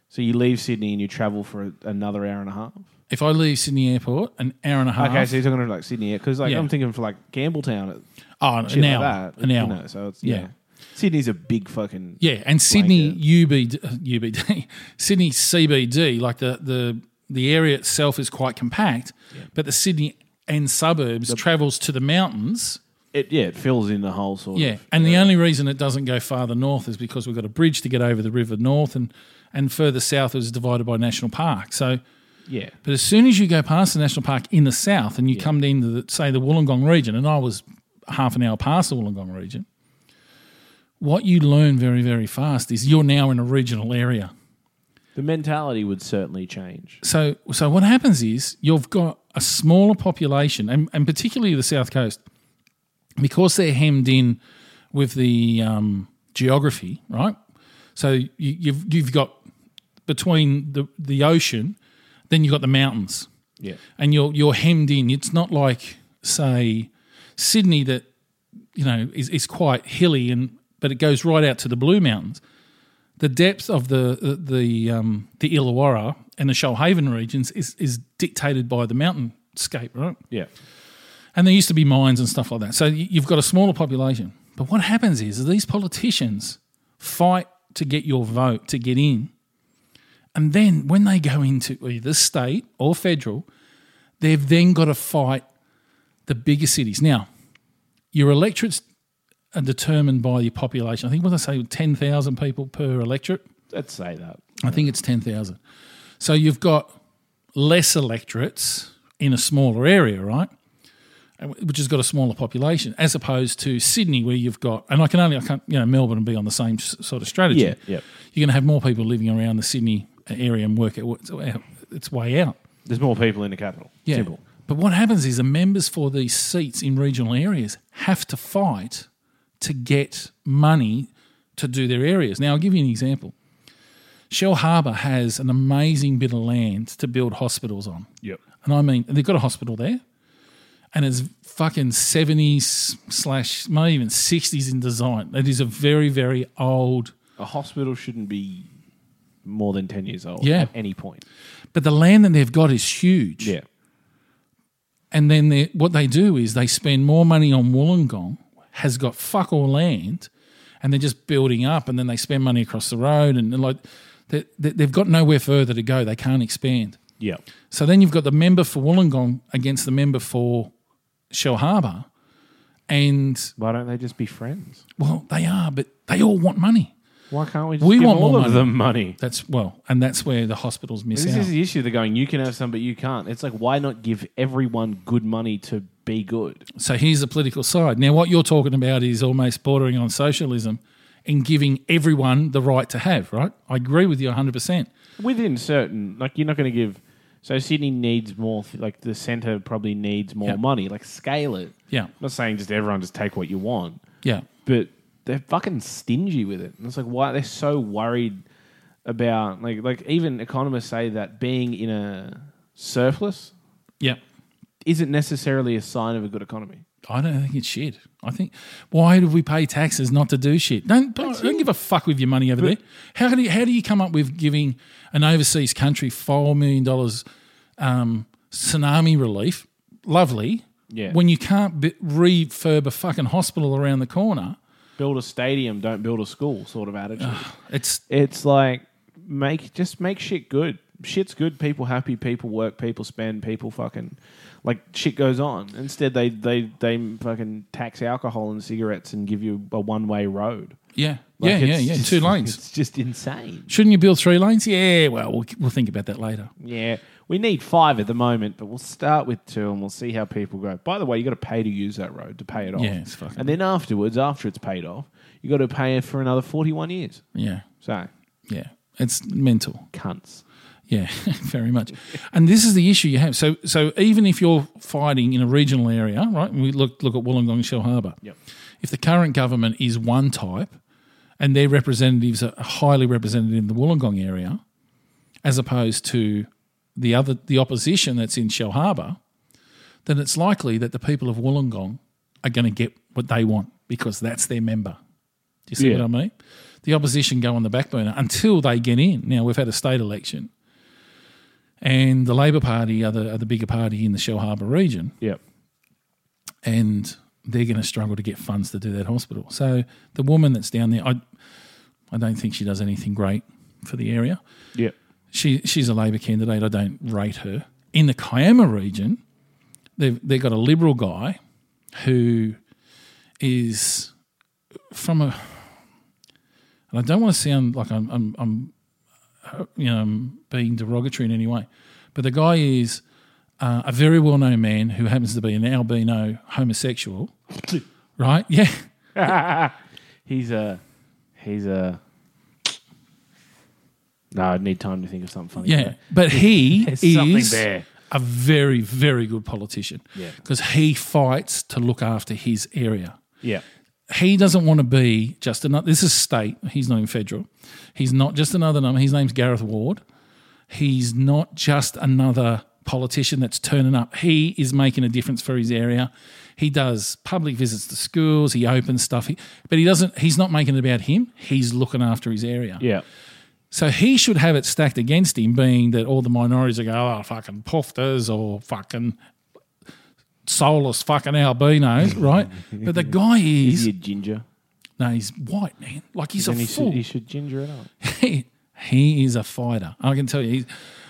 S5: so you leave Sydney and you travel for another hour and a half?
S4: If I leave Sydney Airport, an hour and a half.
S5: Okay, so you're talking about like Sydney, because like
S4: Yeah.
S5: I'm thinking for like Campbelltown,
S4: oh, an
S5: shit
S4: hour,
S5: like that.
S4: an
S5: you
S4: hour.
S5: know, so it's yeah.
S4: Yeah.
S5: Sydney's a big fucking
S4: Yeah, and Sydney UBD, UBD Sydney CBD, like the, the the area itself is quite compact, but the Sydney and suburbs travels to the mountains.
S5: It, yeah, it fills in the whole sort
S4: Yeah,
S5: of.
S4: and the only reason it doesn't go farther north is because we've got a bridge to get over the river north, and and further south is divided by national park. So,
S5: Yeah.
S4: but as soon as you go past the national park in the south and you come into the, say the Wollongong region, and I was half an hour past the Wollongong region, what you learn very very fast is you're now in a regional area.
S5: The mentality would certainly change.
S4: So, so what happens is you've got a smaller population, and, and particularly the south coast, because they're hemmed in with the um, geography, right? So you, you've you've got between the the ocean, then you've got the mountains,
S5: Yeah.
S4: and you're you're hemmed in. It's not like say Sydney that you know is, is quite hilly and but it goes right out to the Blue Mountains. The depth of the the the, um, the Illawarra and the Shoalhaven regions is is dictated by the mountainscape, right?
S5: Yeah.
S4: And there used to be mines and stuff like that. So you- you've got a smaller population. But what happens is these politicians fight to get your vote to get in. And then when they go into either state or federal, they've then got to fight the bigger cities. Now, your electorates are determined by your population. I think what I say, 10,000 people per electorate.
S5: Let's say that.
S4: I think it's 10,000. So you've got less electorates in a smaller area, right? And wh- Which has got a smaller population, as opposed to Sydney, where you've got, and I can only, I can't, you know, Melbourne and be on the same s- sort of strategy.
S5: Yeah, yeah.
S4: You're going to have more people living around the Sydney area and work it its way out- its way out.
S5: There's more people in the capital.
S4: Yeah.
S5: Simple.
S4: But what happens is the members for these seats in regional areas have to fight to get money to do their areas. Now, I'll give you an example. Shell Harbour has an amazing bit of land to build hospitals on.
S5: Yep.
S4: And I mean, they've got a hospital there, and it's fucking 70s slash, maybe even 60s in design. It is a very, very old
S5: A hospital shouldn't be more than 10 years old
S4: Yeah.
S5: at any point.
S4: But the land that they've got is huge.
S5: Yeah.
S4: And then they- what they do is they spend more money on Wollongong, has got fuck all land, and they're just building up. And then they spend money across the road, and they're like they, they- they've got nowhere further to go. They can't expand.
S5: Yeah.
S4: So then you've got the member for Wollongong against the member for Shell Harbour, and
S5: Why don't they just be friends?
S4: well, they are, but they all want money.
S5: Why can't we just
S4: We
S5: give
S4: want
S5: all
S4: more
S5: of
S4: money.
S5: them money?
S4: That's well, and that's where the hospitals miss
S5: This
S4: out.
S5: is the issue. They're going, you can have some, but you can't. It's like, why not give everyone good money to be good?
S4: So here's the political side. Now, what you're talking about is almost bordering on socialism and giving everyone the right to have, right? I agree with you 100%.
S5: Within certain, like, you're not going to give. So Sydney needs more, like, the centre probably needs more
S4: Yeah.
S5: money. Like, scale it.
S4: Yeah.
S5: I'm not saying just everyone just take what you want.
S4: Yeah.
S5: but they're fucking stingy with it. And it's like why they're so worried about like like even economists say that being in a surplus
S4: Yeah.
S5: isn't necessarily a sign of a good economy.
S4: I don't think it's shit. I think, why do we pay taxes not to do shit? Don't, don't give a fuck with your money over there. How do, you, how do you come up with giving an overseas country $4 million um, tsunami relief? Lovely.
S5: Yeah.
S4: When you can't be, refurb a fucking hospital around the corner,
S5: Build a stadium, don't build a school sort of attitude.
S4: it's
S5: it's like make just make shit good. Shit's good, people happy, people work, people spend, people fucking like shit goes on. Instead they they they fucking tax alcohol and cigarettes and give you a one-way road.
S4: Yeah,
S5: Like,
S4: yeah, yeah,
S5: it's
S4: yeah.
S5: just-
S4: Two lanes.
S5: It's just insane.
S4: Shouldn't you build three lanes? Yeah, well, we'll we'll think about that later.
S5: Yeah, we need five at the moment, but we'll start with two and we'll see how people go. By the way, you got to pay to use that road to pay it off.
S4: Yeah, it's fucking-
S5: And then afterwards, after it's paid off, you got to pay it for another forty-one years.
S4: Yeah,
S5: So
S4: yeah. It's mental.
S5: cunts.
S4: Yeah, very much. And this is the issue you have. So, so even if you're fighting in a regional area, right? And we look look at Wollongong, Shell Harbour.
S5: Yep.
S4: If the current government is one type, and their representatives are highly represented in the Wollongong area, as opposed to the other the opposition that's in Shell Harbour, then it's likely that the people of Wollongong are going to get what they want because that's their member. Do you see
S5: Yeah.
S4: what I mean? The opposition go on the back burner until they get in. Now we've had a state election, and the Labor Party are the, are the bigger party in the Shell Harbour region
S5: Yep.
S4: and they're going to struggle to get funds to do that hospital. So the woman that's down there, I, I don't think she does anything great for the area.
S5: Yep.
S4: She she's a Labor candidate. I don't rate her. In the Kiama region, they've they've got a Liberal guy who is from a. And I don't want to sound like I'm I'm, I'm uh, you know I'm being derogatory in any way, but the guy is uh, a very well known man who happens to be an albino homosexual, right? Yeah.
S5: He's a. He's a. No, I need time to think of something funny.
S4: Yeah, but he
S5: There's
S4: is
S5: something there.
S4: a very, very good politician
S5: Yeah.
S4: because he fights to look after his area.
S5: Yeah.
S4: He doesn't want to be just another. This is state. He's not in federal. He's not just another number. His name's Gareth Ward. He's not just another politician that's turning up. He is making a difference for his area. He does public visits to schools. He opens stuff. He, but he doesn't. He's not making it about him. He's looking after his area.
S5: Yeah.
S4: So he should have it stacked against him, being that all the minorities are going, oh, fucking poofters or fucking soulless fucking albinos, right? but the guy
S5: He's
S4: is
S5: a ginger.
S4: No, he's white, man. Like he's
S5: Then
S4: a
S5: he
S4: fool.
S5: should, he should ginger it up.
S4: he, he is a fighter. I can tell you, he's,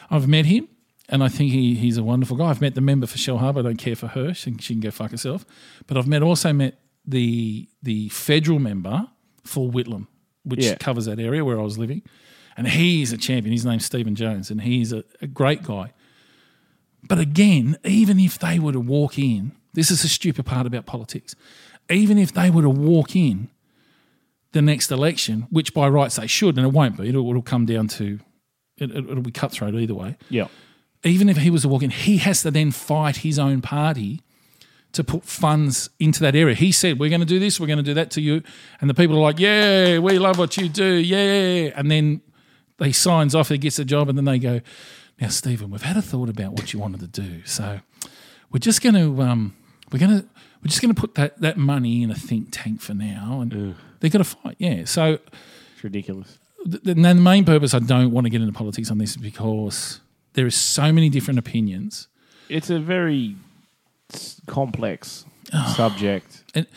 S4: I've met him, and I think he, he's a wonderful guy. I've met the member for Shell Harbour. I don't care for her; she, she can go fuck herself. But I've met also met the the federal member for Whitlam, which
S5: Yeah.
S4: covers that area where I was living, and he is a champion. His name's Stephen Jones, and he's a, a great guy. But again, even if they were to walk in, this is the stupid part about politics. Even if they were to walk in the next election, which by rights they should, and it won't be, it'll, it'll come down to it, it- it'll be cutthroat either way.
S5: Yeah.
S4: Even if he was to walk in, he has to then fight his own party to put funds into that area. He said, We're going to do this, we're going to do that to you. And the people are like, Yeah, we love what you do. Yeah. And then he signs off, he gets the job, and then they go, Now, Stephen, we've had a thought about what you wanted to do. So we're just going to, um, we're going to, we're just going to put that, that money in a think tank for now. And they're going to fight. Yeah. So
S5: It's ridiculous.
S4: th- th- then the main purpose I don't want to get into politics on this is because there is so many different opinions.
S5: It's a very s- complex
S4: Ah.
S5: subject.
S4: and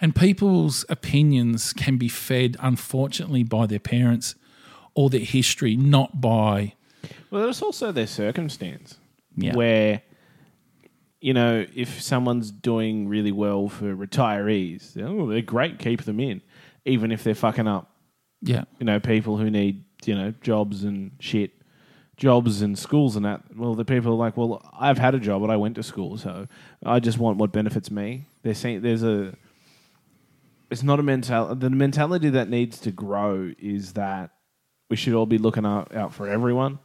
S4: and people's opinions can be fed unfortunately by their parents or their history not by
S5: Well, there's also their circumstance
S4: Yeah.
S5: where, you know, if someone's doing really well for retirees, oh, they're great, keep them in, even if they're fucking up,
S4: yeah
S5: you know, people who need, you know, jobs and shit, jobs and schools and that. Well, the people are like, well, I've had a job and I went to school, so I just want what benefits me. They're saying there's a, it's not a mentality. The mentality that needs to grow is that we should all be looking out, out for everyone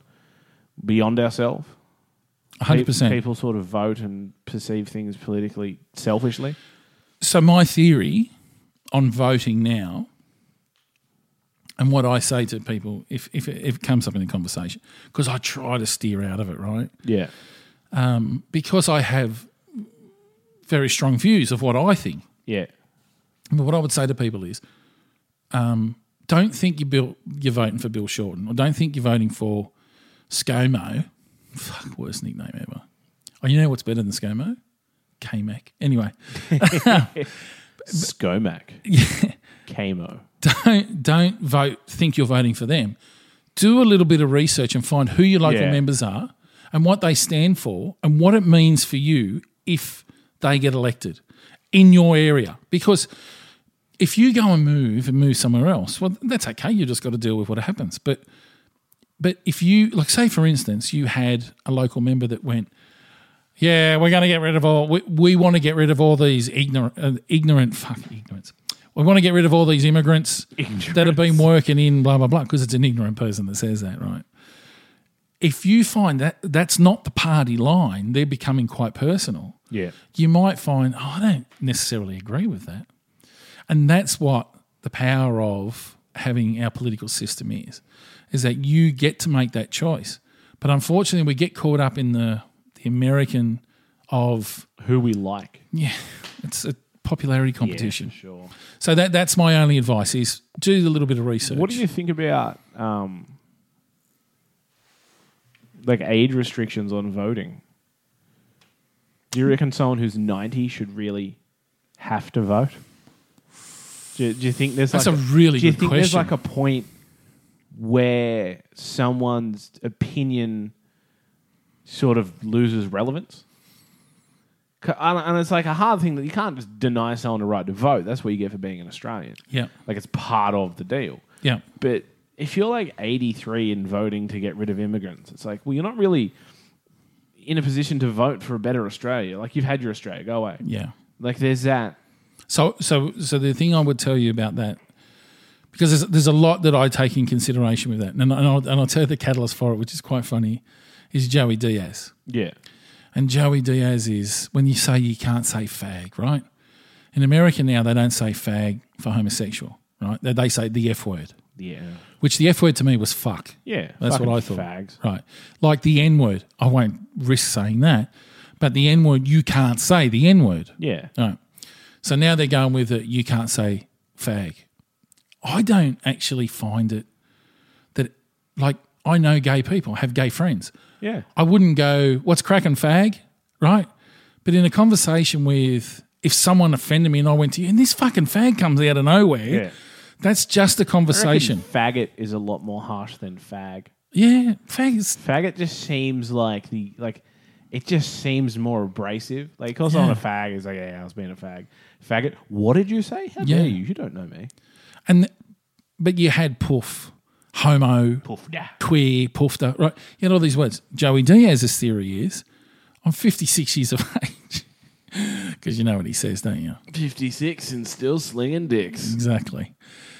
S5: beyond ourselves.
S4: 100%
S5: People sort of vote and perceive things politically selfishly.
S4: so my theory on voting now and what I say to people if if it, if it comes up in a conversation because I try to steer out of it right
S5: Yeah.
S4: because I have very strong views of what I think
S5: Yeah.
S4: But what I would say to people is, um, don't think you Bill, you're voting for Bill Shorten, or don't think you're voting for ScoMo. Fuck, worst nickname ever. Oh, you know what's better than ScoMo? K-Mac. Anyway,
S5: Scomac. Camo.
S4: don't don't vote. Think you're voting for them. Do a little bit of research and find who your local
S5: Yeah.
S4: members are and what they stand for and what it means for you if they get elected in your area. Because if you go and move and move somewhere else, well, that's okay. You just got to deal with what happens. But but if you like, say for instance, you had a local member that went, yeah, we're going to get rid of all. We, we want to get rid of all these ignorant, uh, ignorant, fuck ignorance. We want to get rid of all these immigrants that have been working in blah blah blah because it's an ignorant person that says that, right? If you find that that's not the party line, they're becoming quite personal.
S5: Yeah.
S4: You might find, oh, I don't necessarily agree with that, and that's what the power of having our political system is, is that you get to make that choice. But unfortunately, we get caught up in the the American of
S5: Who we like.
S4: yeah, it's a popularity competition.
S5: Sure.
S4: So that that's my only advice is do a little bit of research.
S5: What do you think about um, like age restrictions on voting? Do you reckon someone who's ninety should really have to vote? Do, do you think there's
S4: That's
S5: like
S4: a really
S5: do you
S4: good
S5: think There's
S4: question.
S5: like a point where someone's opinion sort of loses relevance. 'Ca- And and it's like a hard thing that you can't just deny someone the right to vote. That's what you get for being an Australian.
S4: Yeah.
S5: Like it's part of the deal.
S4: Yeah.
S5: But if you're like 83 and voting to get rid of immigrants, it's like, well, you're not really in a position to vote for a better Australia. Like you've had your Australia, go away.
S4: Yeah.
S5: Like there's that.
S4: So so so the thing I would tell you about that because there's, there's a lot that I take in consideration with that, and, I- and, I'll, and I'll tell you the catalyst for it, which is quite funny, is Joey Diaz.
S5: Yeah.
S4: And Joey Diaz is when you say you can't say fag, right? In America now, they don't say fag for homosexual, right? They, they say the F word,
S5: Yeah.
S4: which the F word to me was fuck.
S5: Yeah.
S4: That's
S5: Fucking
S4: what I thought.
S5: Fags.
S4: Right. Like the N word. I won't risk saying that, but the N word, you can't say the N word.
S5: Yeah.
S4: All right. So now they're going with it. You can't say fag. I don't actually find it that, like, I know gay people, I have gay friends.
S5: Yeah.
S4: I wouldn't go, what's cracking fag? Right. But in a conversation with if someone offended me and I went to you, and this fucking fag comes out of nowhere,
S8: Yeah.
S4: that's just a conversation.
S5: Faggot is a lot more harsh than fag.
S4: Yeah, fag is
S5: Faggot just seems like the like it just seems more abrasive. Like because someone a fag is like, yeah, I was being a fag. Faggot, what did you say? How
S4: Yeah.
S5: dare you? You don't know me.
S4: and but you had poof, homo,
S5: Poof, yeah.
S4: queer, poofter, right? You had all these words. Joey Diaz's theory is, I'm 56 years of age, because you know what he says, don't you?
S8: 56 and still slinging dicks.
S4: Exactly.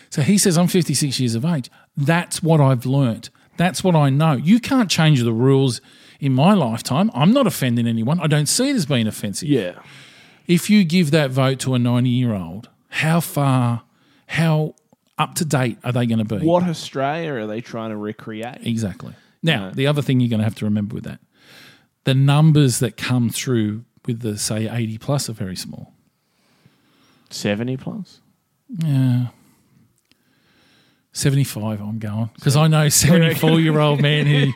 S4: So he says, I'm 56 years of age. That's what I've learnt. That's what I know. You can't change the rules in my lifetime. I'm not offending anyone. I don't see it as being offensive.
S8: Yeah.
S4: If you give that vote to a 90 year old, how far, how up to date are they going to be?
S5: What Australia are they trying to recreate?
S4: Exactly. Now, the other thing you're going to have to remember with that the numbers that come through with the, say, 80 plus are very small.
S5: Seventy plus.
S4: Yeah. 75 I'm going because I know 74 year old man who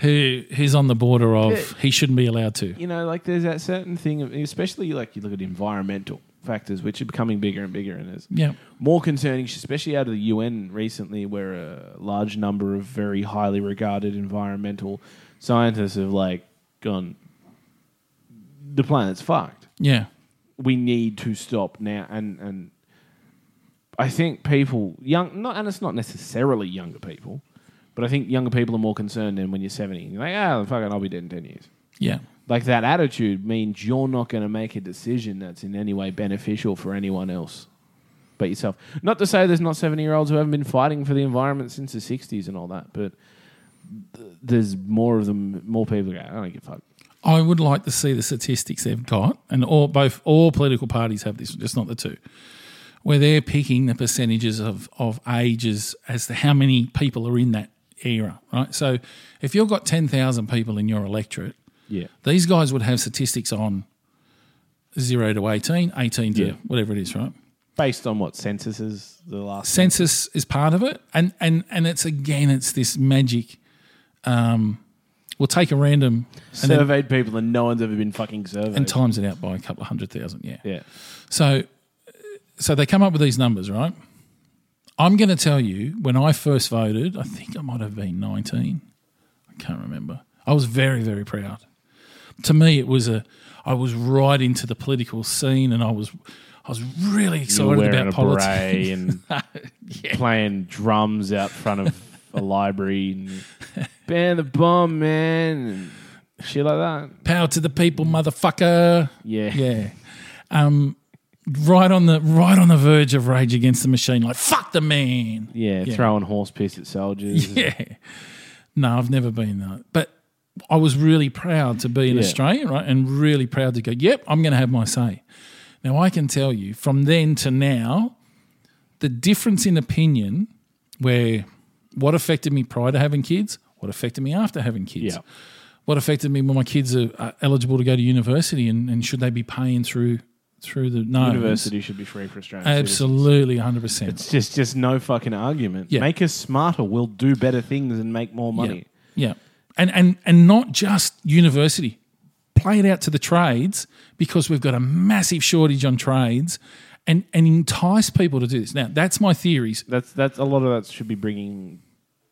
S4: who who's on the border of he shouldn't be allowed to.
S5: you know, like there's that certain thing, of, especially like you look at environmental factors, which are becoming bigger and bigger, and is
S4: Yeah.
S5: more concerning, especially out of the UN recently, where a large number of very highly regarded environmental scientists have like gone, the planet's fucked.
S4: Yeah.
S5: We need to stop now, and and I think people young, not and it's not necessarily younger people, but I think younger people are more concerned than when you're 70. You're like, ah, fucking, I'll be dead in 10 years
S4: Yeah.
S5: like that attitude means you're not going to make a decision that's in any way beneficial for anyone else but yourself. Not to say there's not 70 year olds who haven't been fighting for the environment since the 60s and all that, but th- there's more of them, more people go, I don't give a fuck.
S4: I would like to see the statistics they've got and all both all political parties have this just not the two where they're picking the percentages of of ages as to how many people are in that era, right? So if you've got 10,000 people in your electorate
S5: Yeah.
S4: these guys would have statistics on 0 to 18, 18 to
S5: Yeah.
S4: whatever it is, right?
S5: Based on what censuses the last.
S4: Census is part of it. And, and, and it's again, it's this magic. Um, we'll take a random and, then,
S5: surveyed people and no one's ever been fucking surveyed.
S4: and times it out by a couple of hundred thousand. Yeah.
S5: yeah.
S4: So, so they come up with these numbers, right? I'm going to tell you when I first voted. I think I might have been 19. I can't remember. I was very, very proud. To me, it was a. I was right into the political scene, and I was, I was really excited
S5: wearing
S4: about
S5: a
S4: politics.
S5: beret and playing drums out front of a library and ban the bomb, man, and shit like that.
S4: Power to the people, motherfucker.
S5: Yeah.
S4: Yeah. Um, right on the right on the verge of rage against the machine. Like fuck the man.
S5: Yeah, throwing horse piss at soldiers.
S4: Yeah. No, I've never been that. But I was really proud to be an
S5: Yeah.
S4: Australian, right? And really proud to go, yep, I'm going to have my say. Now, I can tell you from then to now, the difference in opinion where what affected me prior to having kids, what affected me after having kids,
S5: Yeah.
S4: what affected me when my kids are, are eligible to go to university and, and should they be paying through through the no
S5: University should be free for Australians.
S4: Absolutely, 100%.
S5: It's just just no fucking argument.
S4: Yeah.
S5: Make us smarter. We'll do better things and make more money.
S4: Yeah. yeah. And and and not just university. Play it out to the trades because we've got a massive shortage on trades and and entice people to do this. Now, that's my theories
S5: That's that's a lot of that should be bringing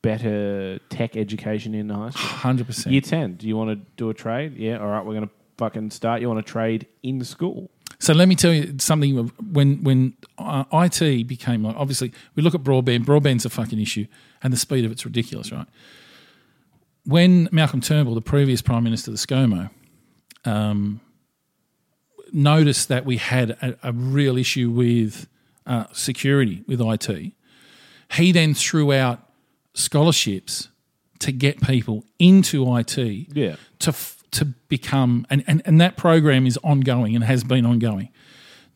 S5: better tech education into high school.
S4: 100%.
S5: Year ten. Do you want to do a trade? Yeah. All right. We're gonna fucking start. You want to trade in school?
S4: So let me tell you something. When when uh, IT became like, obviously, we look at broadband. Broadband's a fucking issue, and the speed of it's ridiculous, right? When Malcolm Turnbull, the previous prime minister of the ScoMo, um, noticed that we had a, a real issue with uh, security with IT, he then threw out scholarships to get people into IT
S5: Yeah.
S4: to f- to become and, and and that program is ongoing and has been ongoing.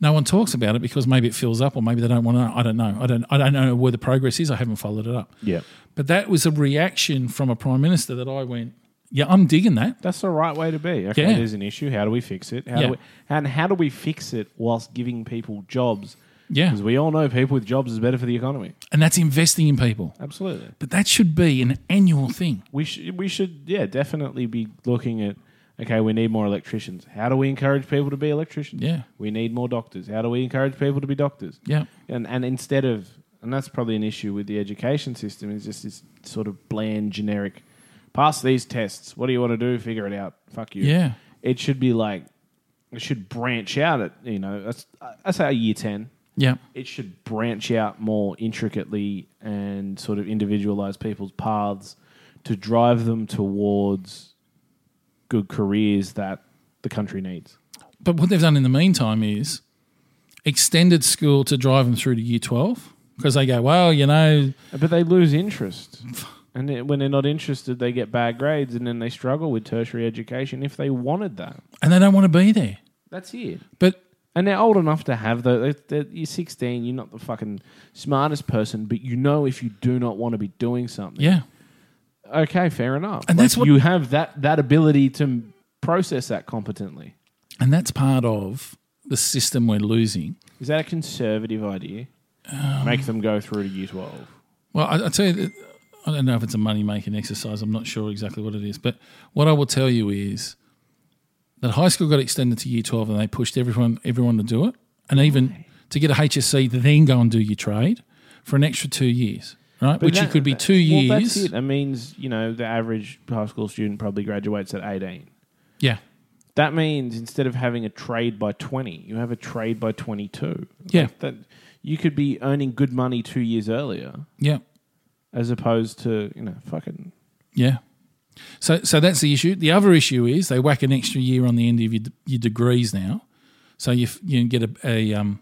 S4: No one talks about it because maybe it fills up or maybe they don't want to. know. I don't know. I don't. I don't know where the progress is. I haven't followed it up.
S5: Yeah.
S4: But that was a reaction from a prime minister that I went, yeah, I'm digging that.
S5: That's the right way to be. Okay,
S4: Yeah.
S5: there's an issue. How do we fix it? How
S4: Yeah.
S5: do we, and how do we fix it whilst giving people jobs?
S4: Yeah.
S5: Because we all know people with jobs is better for the economy.
S4: And that's investing in people.
S5: Absolutely.
S4: But that should be an annual thing.
S5: We should we should yeah definitely be looking at okay, we need more electricians. How do we encourage people to be electricians?
S4: Yeah.
S5: We need more doctors. How do we encourage people to be doctors?
S4: Yeah.
S5: And and instead of and that's probably an issue with the education system is just this sort of bland generic pass these tests. What do you want to do? Figure it out. Fuck you.
S4: Yeah.
S5: It should be like it should branch out at, you know, that's I say year 10
S4: Yeah.
S5: it should branch out more intricately and sort of individualize people's paths to drive them towards good careers that the country needs.
S4: But what they've done in the meantime is extended school to drive them through to year 12 because they go, well, you know,
S5: But they lose interest. And then when they're not interested, they get bad grades and then they struggle with tertiary education if they wanted that.
S4: and they don't want to be there.
S5: That's it.
S4: But
S5: And they're old enough to have the. they you're 16, you're not the fucking smartest person, but you know if you do not want to be doing something.
S4: yeah,
S5: okay, fair enough.
S4: And
S5: Like,
S4: that's what-
S5: you have that that ability to m- process that competently.
S4: and that's part of the system we're losing.
S5: Is that a conservative idea?
S4: Um,
S5: Make them go through to year twelve.
S4: Well, I, I tell you, that, I don't know if it's a money making exercise. I'm not sure exactly what it is. But what I will tell you is that high school got extended to year 12 and they pushed everyone, everyone to do it. And even to get a HSC, to then go and do your trade for an extra two years, right? Which
S5: That-
S4: it could be
S5: that-
S4: two
S5: well,
S4: years.
S5: that's it. That means you know the average high school student probably graduates at eighteen.
S4: Yeah.
S5: That means instead of having a trade by twenty, you have a trade by twenty-two.
S4: Yeah.
S5: That you could be earning good money two years earlier,
S4: yeah.
S5: as opposed to you know fucking
S4: Yeah. So, so that's the issue. The other issue is they whack an extra year on the end of your, your degrees now. So you, f- you get a, a, um,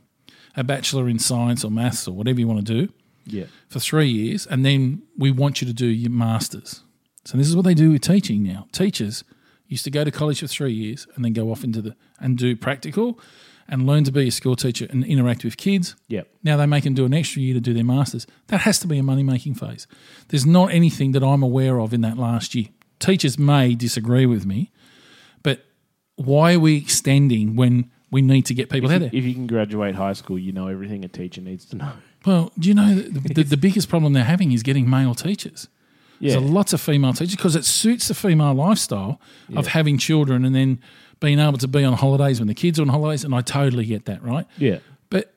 S4: a bachelor in science or maths or whatever you want to do
S5: yeah.
S4: for three years, and then we want you to do your masters. So this is what they do with teaching now. Teachers used to go to college for three years and then go off into the and do practical and learn to be a school teacher and interact with kids.
S5: Yep.
S4: Now they make them do an extra year to do their masters. That has to be a money making phase. There's not anything that I'm aware of in that last year. Teachers may disagree with me, but why are we extending when we need to get people out there?
S5: If you can graduate high school, you know everything a teacher needs to know.
S4: Well, do you know the, the, the biggest problem they're having is getting male teachers.
S5: Yeah.
S4: There's lots of female teachers because it suits the female lifestyle of having children and then being able to be on holidays when the kids are on holidays. And I totally get that, right?
S5: Yeah.
S4: But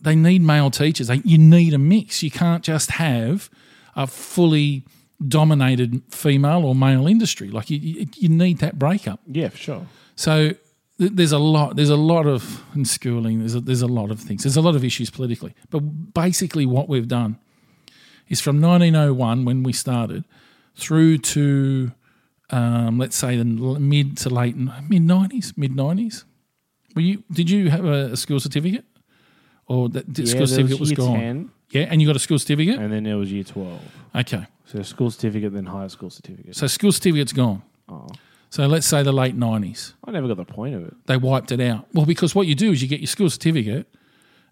S4: they need male teachers. They, you need a mix. You can't just have a fully dominated female or male industry. Like you, you, you need that breakup.
S5: Yeah, for sure.
S4: So th- there's a lot. There's a lot of in schooling. There's a, there's a lot of things. There's a lot of issues politically. But basically, what we've done is from 1901 when we started through to um, let's say the l- mid to late mid 90s, mid 90s. Were you? Did you have a, a school certificate? Or that that
S5: there
S4: school
S5: was
S4: certificate was
S5: year
S4: gone.
S5: 10.
S4: Yeah, and you got a school certificate.
S5: And then there was year 12.
S4: Okay,
S5: So school certificate, then higher school certificate.
S4: so school certificate's gone.
S5: Oh.
S4: So let's say the late 90s.
S5: I never got the point of it.
S4: they wiped it out. Well, because what you do is you get your school certificate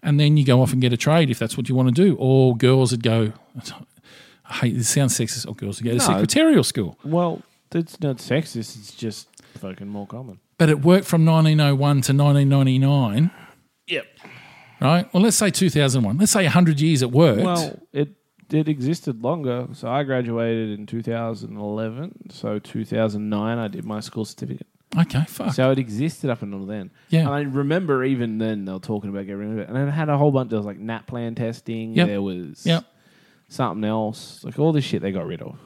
S4: and then you go off and get a trade if that's what you want to do. Or girls would go, I hate this sounds sexist, or girls would go to secretarial school.
S5: Well, it's not sexist. It's just fucking more common.
S4: But it worked from 1901 to 1999.
S5: Yep.
S4: Right. Well, let's say 2001. Let's say 100 years it worked.
S5: Well, it it existed longer. So I graduated in 2011. So 2009, I did my school certificate.
S4: okay, fuck.
S5: So it existed up until then.
S4: Yeah.
S5: And I remember even then they were talking about getting rid of it. And it had a whole bunch. There was like NAT plan testing.
S4: Yep.
S5: There was
S4: yep.
S5: something else. Like all this shit they got rid of.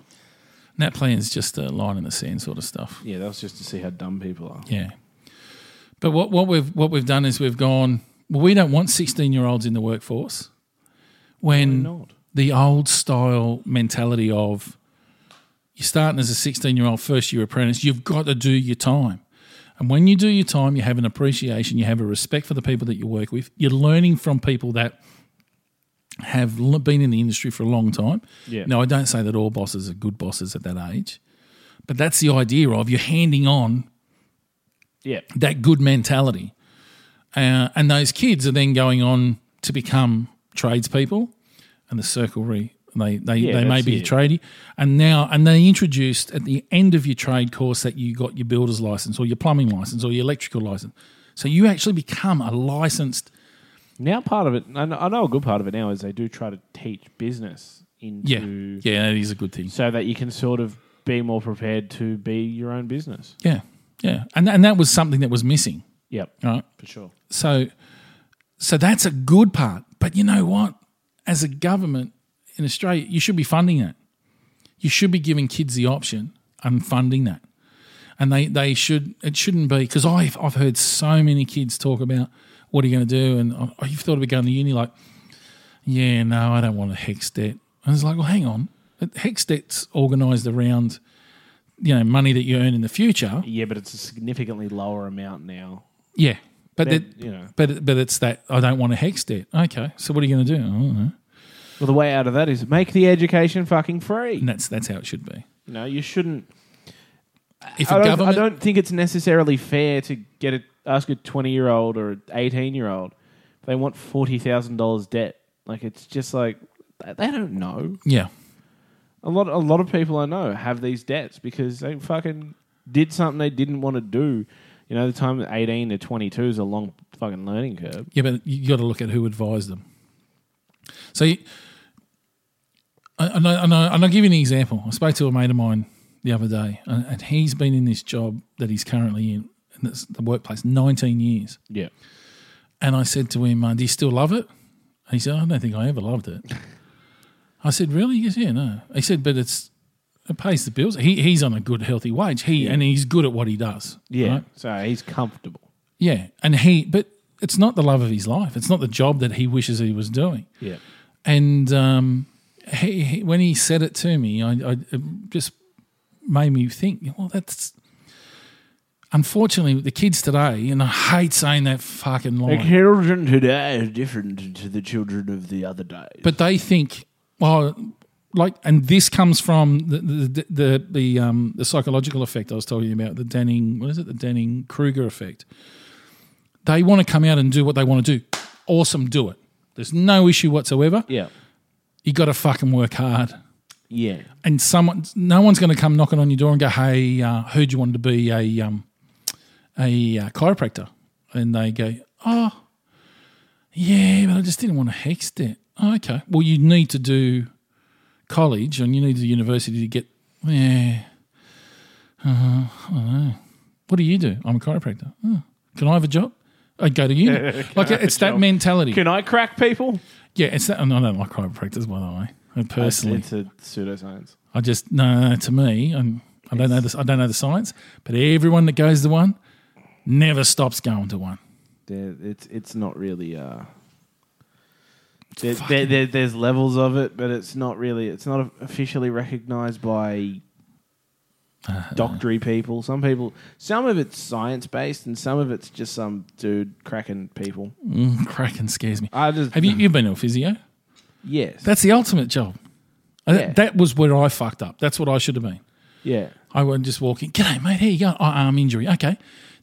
S4: Nat plan's just a line in the sand sort of stuff.
S5: Yeah, that was just to see how dumb people are.
S4: Yeah. But what, what we've what we've done is we've gone, well, we don't want 16 year olds in the workforce when
S5: not?
S4: the old style mentality of you're starting as a 16 year old first year apprentice, you've got to do your time. And when you do your time, you have an appreciation, you have a respect for the people that you work with, you're learning from people that have l- been in the industry for a long time.
S5: Yeah.
S4: Now, I don't say that all bosses are good bosses at that age, but that's the idea of you're handing on
S5: Yeah.
S4: that good mentality. Uh, and those kids are then going on to become tradespeople and the circle re they they, they may
S5: that's
S4: be
S5: it.
S4: a tradie and now and they introduced at the end of your trade course that you got your builder's license or your plumbing license or your electrical license so you actually become a licensed
S5: Now, part of it, I know, I know a good part of it now is they do try to teach business
S4: yeah
S5: into
S4: yeah that is a good thing
S5: so that you can sort of be more prepared to be your own business.
S4: yeah Yeah, and and that was something that was missing.
S5: Yep.
S4: Right.
S5: For sure.
S4: So, so that's a good part. But you know what? As a government in Australia, you should be funding that. You should be giving kids the option and funding that. And they, they should, it shouldn't be, because I've, I've heard so many kids talk about what are you going to do? And oh, you've thought about going to uni, like, yeah, no, I don't want a hex debt. And it's like, well, hang on. Hex debt's organised around, you know, money that you earn in the future.
S5: Yeah, but it's a significantly lower amount now.
S4: Yeah, but
S5: Then,
S4: it-
S5: you know.
S4: but but it's that I don't want a hex debt. Okay, so what are you going to do? I don't know.
S5: Well, the way out of that is make the education fucking free.
S4: And that's that's how it should be.
S5: You know, you shouldn't.
S4: If a
S5: I don't,
S4: government,
S5: I don't think it's necessarily fair to get a, ask a twenty year old or an eighteen year old if they want forty thousand dollars debt. Like it's just like they they don't know.
S4: yeah,
S5: A lot, a lot of people I know have these debts because they fucking did something they didn't want to do. You know, the time eighteen to twenty two is a long fucking learning curve.
S4: yeah, but you got to look at who advised them. So, you, I, I know, I know, and I'll give you an example. I spoke to a mate of mine the other day, and, and he's been in this job that he's currently in, in this, the workplace, nineteen years.
S5: Yeah,
S4: And I said to him, uh, Do you still love it? He said, I don't think I ever loved it. I said, Really? He goes, Yeah, no. He said, But it's it pays the bills. He he's on a good healthy wage. He and he's good at what he does.
S5: yeah.
S4: right?
S5: So he's comfortable.
S4: Yeah. And he but it's not the love of his life. It's not the job that he wishes he was doing.
S5: Yeah,
S4: And um, he, he, when he said it to me, I, I it just made me think. Well, that's unfortunately the kids today, and I hate saying that fucking line.
S5: children today are different to the children of the other day.
S4: but they think, well, like, and this comes from the the the, the, um, the psychological effect I was talking about, the Denning, what is it, the Denning Kruger effect. They want to come out and do what they want to do. Awesome, do it. There's no issue whatsoever.
S5: Yeah,
S4: You got to fucking work hard,
S5: yeah.
S4: and someone, no one's going to come knocking on your door and go, "Hey, uh, heard you wanted to be a um, a uh, chiropractor," and they go, "Oh, yeah, but I just didn't want to hex debt." Oh, okay, well, you need to do college and you need to do university to get. Yeah, uh, I don't know. What do you do? I'm a chiropractor. Oh, can I have a job? I'd go to uni. like it's that mentality.
S5: Can I crack people?
S4: yeah, it's that. And I don't like chiropractors, by the way. Personally,
S5: It's a pseudoscience.
S4: I just no, no, to me, and I don't know this. I don't know the science, but everyone that goes to one never stops going to one.
S5: There, it's it's not really. Uh, there, there, there, there's levels of it, but it's not really. It's not officially recognised by
S4: Uh-huh.
S5: doctory people. Some people, some of it's science based, and some of it's just some dude cracking people.
S4: Mm, cracking scares me.
S5: I just
S4: Have you you been to a physio?
S5: Yes.
S4: That's the ultimate job. I-
S5: Yeah.
S4: That was where I fucked up. That's what I should have been.
S5: yeah.
S4: I would just walk in. G'day, mate. Here you go. Oh, arm injury. Okay.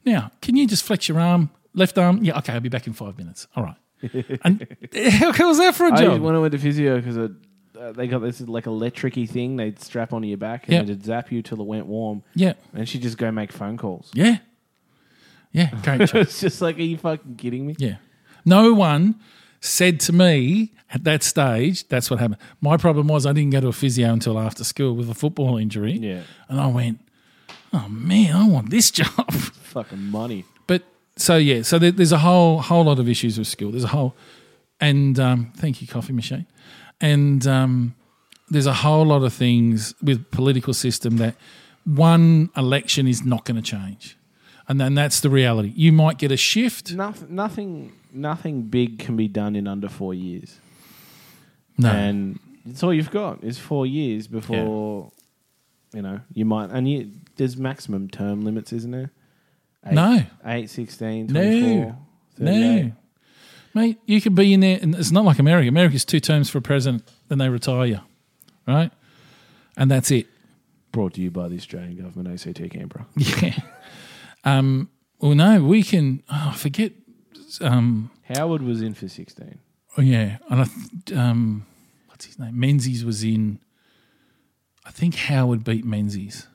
S4: Now, can you just flex your arm, left arm? Yeah. Okay. I'll be back in five minutes. All right. and how cool is that for a
S5: I
S4: job?
S5: when I went to physio because uh, they got this like electricy thing they'd strap onto your back and
S4: Yeah.
S5: it'd zap you till it went warm.
S4: yeah.
S5: And she'd just go make phone calls.
S4: Yeah. Yeah. Great job.
S5: It's just like, are you fucking kidding me?
S4: Yeah. No one said to me at that stage, that's what happened. My problem was I didn't go to a physio until after school with a football injury.
S5: Yeah.
S4: And I went, oh man, I want this job.
S5: Fucking money.
S4: But so, yeah, so there, there's a whole whole lot of issues with school. There's a whole, and um, thank you, Coffee Machine. And um, there's a whole lot of things with political system that one election is not going to change. And then that's the reality. You might get a shift.
S5: Nothing, nothing, nothing big can be done in under four years,
S4: No.
S5: and it's all you've got is four years before, you know, you might. And you, there's maximum term limits, isn't there? Eight,
S4: No.
S5: 8, 16,
S4: No.
S5: 24,
S4: No.
S5: 38.
S4: Mate, you could be in there, and it's not like America. America's two terms for a president, then they retire you, right? And that's it.
S5: Brought to you by the Australian government, ACT Canberra.
S4: Yeah. um, well, no, we can. Oh, I forget. um,
S5: Howard was in for 16.
S4: Oh, yeah. And I, th- um, what's his name? Menzies was in. I think Howard beat Menzies.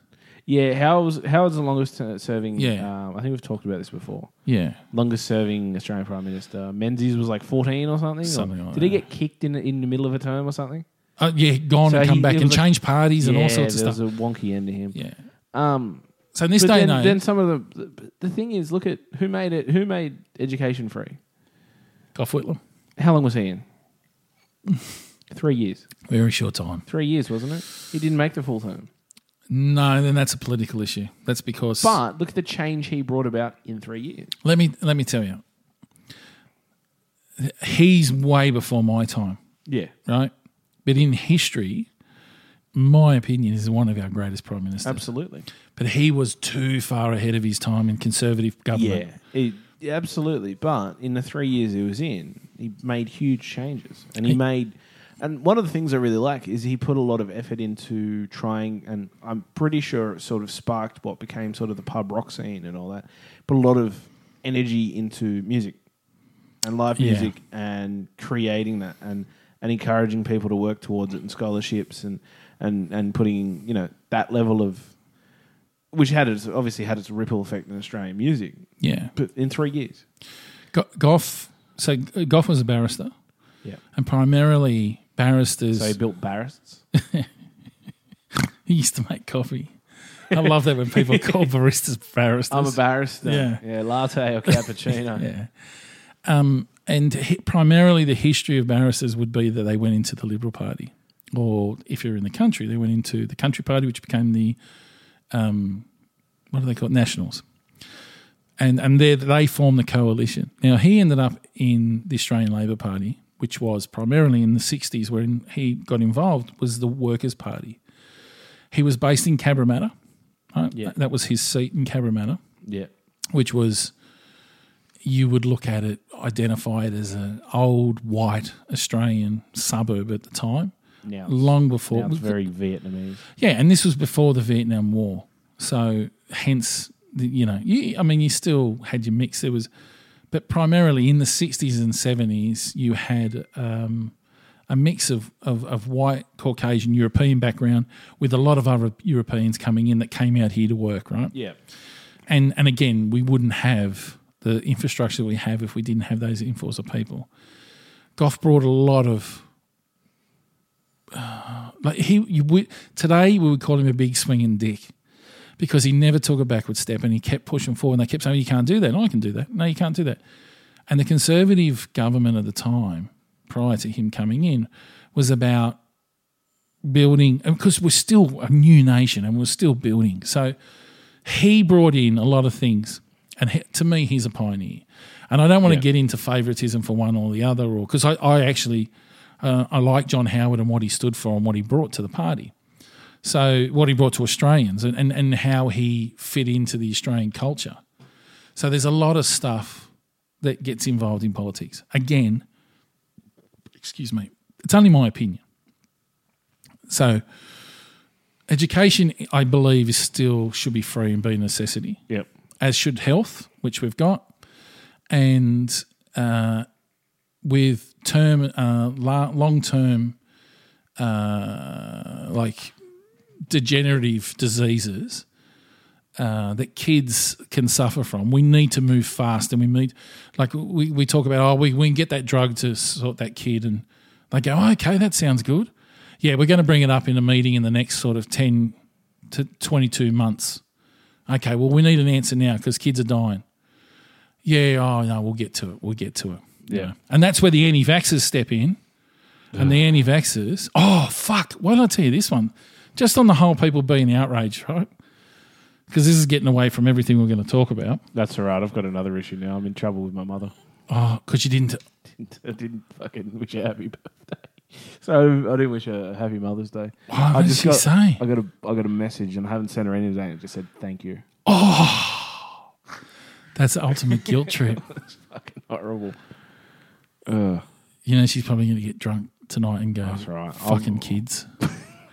S5: Yeah, Howard's, Howard's the longest uh, serving.
S4: Yeah.
S5: Um, I think we've talked about this before.
S4: Yeah.
S5: Longest serving Australian Prime Minister. Menzies was like 14 or something. or-
S4: Something like
S5: Did he
S4: that.
S5: get kicked in, in the middle of a term or something?
S4: Uh, yeah, gone
S5: So
S4: and come
S5: he-
S4: back
S5: it
S4: and
S5: was a-
S4: change parties and all
S5: Yeah,
S4: sorts of
S5: there
S4: stuff.
S5: was a wonky end to him.
S4: yeah.
S5: Um,
S4: So in this
S5: But
S4: day
S5: then,
S4: and
S5: then
S4: age,
S5: some of the, the the thing is, look at who made it. Who made education free?
S4: Gough Whitlam,
S5: How long was he in? Three years.
S4: very short time.
S5: Three years, wasn't it? He didn't make the full term.
S4: No, then that's a political issue. That's because
S5: But look at the change he brought about in three years.
S4: let me let me tell you, he's way before my time.
S5: Yeah.
S4: right? But in history, my opinion is one of our greatest prime ministers.
S5: Absolutely.
S4: But he was too far ahead of his time in conservative government.
S5: Yeah. He, yeah, absolutely. But in the three years he was in, he made huge changes. And he made. And one of the things I really like is he put a lot of effort into trying, and I'm pretty sure it sort of sparked what became sort of the pub rock scene and all that. Put a lot of energy into music and live
S4: Yeah.
S5: music and creating that and, and encouraging people to work towards it and scholarships and, and, and putting, you know, that level of, which had its, obviously had its ripple effect in Australian music
S4: Yeah.
S5: but in three years.
S4: Go- Gough, so Gough was a barrister,
S5: Yeah.
S4: and primarily barristers.
S5: So he built barrists.
S4: he used to make coffee. I love that when people call baristas barristers.
S5: I'm a barrister.
S4: Yeah.
S5: latte or cappuccino.
S4: Yeah. Um, and hi primarily, the history of barristers would be that they went into the Liberal Party, or if you're in the country, they went into the Country Party, which became the um, what do they call it? Nationals. And and they they formed the coalition. Now he ended up in the Australian Labor Party, which was primarily in the '60s, when he got involved was the Workers' Party. He was based in Cabramatta. Right?
S5: Yeah.
S4: That was his seat in Cabramatta
S5: Yeah.
S4: which was you would look at it, identify it as an old white Australian suburb at the time,
S5: Now,
S4: long before.
S5: now it's very Vietnamese.
S4: yeah, and this was before the Vietnam War, so hence the, you know, you, I mean, you still had your mix. There was, but primarily in the sixties and seventies, you had. Um, a mix of, of, of white, Caucasian, European background with a lot of other Europeans coming in that came out here to work, right?
S5: Yeah.
S4: and and again, we wouldn't have the infrastructure that we have if we didn't have those enforcer people. Goff brought a lot of. uh, like he, you, we, today we would call him a big swinging dick because he never took a backward step and he kept pushing forward. And they kept saying, "You can't do that. No, I can do that. No, you can't do that." And the conservative government at the time, prior to him coming in, was about building because we're still a new nation and we're still building. So he brought in a lot of things, and he, to me, he's a pioneer. And I don't want
S5: Yeah.
S4: to get into favoritism for one or the other, or because I, I actually uh, I like John Howard and what he stood for and what he brought to the party. So what he brought to Australians and, and, and how he fit into the Australian culture. So there's a lot of stuff that gets involved in politics. Again, excuse me, it's only my opinion. So education, I believe, is still should be free and be a necessity,
S8: Yep.
S4: as should health, which we've got, and uh, with term uh, la- long term uh, like degenerative diseases. Uh, that kids can suffer from. We need to move fast, and we need, like, we, we talk about, oh, we, we can get that drug to sort that kid, and they go, oh, okay, that sounds good. Yeah, we're going to bring it up in a meeting in the next sort of 10 to 22 months. Okay, well, we need an answer now because kids are dying. Yeah, oh, no, we'll get to it. We'll get to it. Yeah. And that's where the anti vaxxers step in. And the anti vaxxers, oh, fuck, why did I tell you this one? Just on the whole people being outraged, right? Because this is getting away from everything we're going to talk about.
S5: That's all right. I've got another issue now. I'm in trouble with my mother.
S4: Oh, because you didn't.
S5: I didn't fucking wish her happy birthday. So I didn't wish her a happy Mother's Day.
S4: Why,
S5: I
S4: what did she
S5: got,
S4: say?
S5: I got a I got a message and I haven't sent her anything. today. It just said thank you.
S4: That's the ultimate guilt trip.
S5: Horrible.
S4: You know, she's probably going to get drunk tonight and go,
S5: That's right.
S4: fucking kids.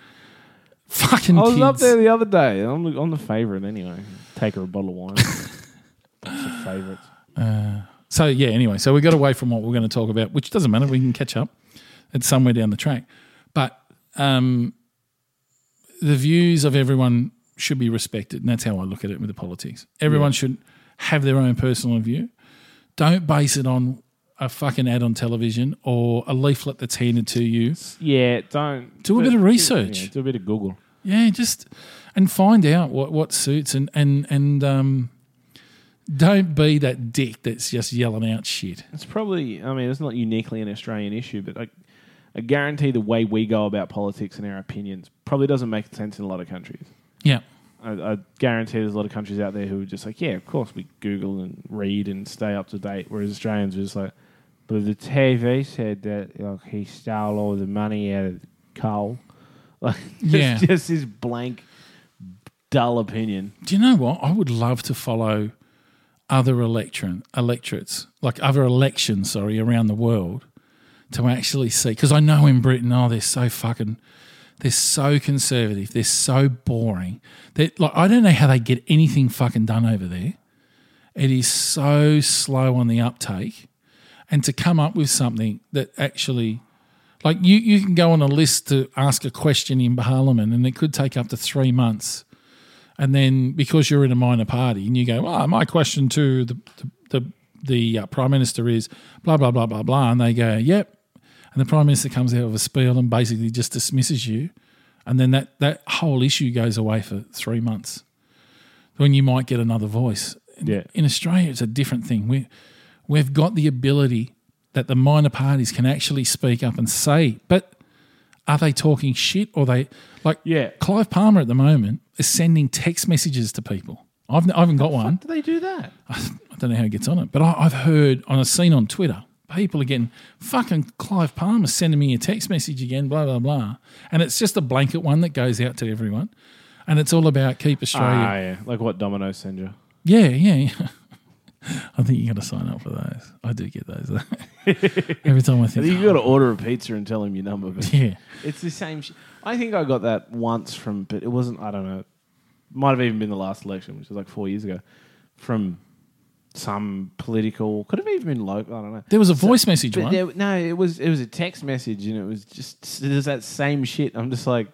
S4: fucking
S5: I was
S4: kids.
S5: up there the other day. I'm the, I'm the favourite anyway. Take her a bottle of wine. That's a favourite.
S4: So, yeah, anyway, so we got away from what we're going to talk about, which doesn't matter. We can catch up. It's somewhere down the track. But um, the views of everyone should be respected. And that's how I look at it with the politics. Everyone should have their own personal view. Don't base it on a fucking ad on television or a leaflet that's handed to you.
S5: Yeah, don't
S4: Do a bit of research.
S5: Yeah, do a bit of Google.
S4: Yeah, just and find out what what suits and and and um, don't be that dick that's just yelling out shit.
S5: It's probably, I mean, it's not uniquely an Australian issue, but I, I guarantee the way we go about politics and our opinions probably doesn't make sense in a lot of countries.
S4: Yeah,
S5: I, I guarantee there's a lot of countries out there who are just like, yeah, of course we Google and read and stay up to date, whereas Australians are just like, but the TV said that like, he stole all the money out of coal. Like, it's
S4: Yeah.
S5: just his blank, dull opinion.
S4: Do you know what? I would love to follow other election electorates, like other elections, sorry, around the world to actually see. Because I know in Britain, oh, they're so fucking, they're so conservative, they're so boring. They like I don't know how they get anything fucking done over there. It is so slow on the uptake, and to come up with something that actually. Like you, you can go on a list to ask a question in Parliament, and it could take up to three months and then because you're in a minor party and you go, well, my question to the the, the, the uh, prime minister is blah blah blah blah blah, and they go, yep, and the prime minister comes out with a spiel and basically just dismisses you, and then that that whole issue goes away for three months, when you might get another voice.
S5: Yeah.
S4: In Australia, it's a different thing. We we've got the ability that the minor parties can actually speak up and say, but are they talking shit or they like
S5: Yeah.
S4: Clive Palmer at the moment is sending text messages to people. I've I haven't got one.
S5: Do they do that?
S4: I don't know how he gets on it, but I, I've heard on a scene on Twitter, people are getting fucking Clive Palmer sending me a text message again, blah blah blah, and it's just a blanket one that goes out to everyone, and it's all about keep
S5: Ah,
S4: Australia.
S5: yeah. Like what Domino's send you.
S4: yeah, yeah, yeah. I think you got to sign up for those. I do get those though. every time I think.
S5: You got to order a pizza and tell him your number.
S4: "Oh,
S5: But
S4: yeah,
S5: It's the same. Sh- I think I got that once from, but it wasn't. I don't know. Might have even been the last election, which was like four years ago, from some political. Could have even been local. I don't know.
S4: there was a voice message
S5: But
S4: one.
S5: there, no, it was it was a text message, and it was just it was that same shit. I'm just like,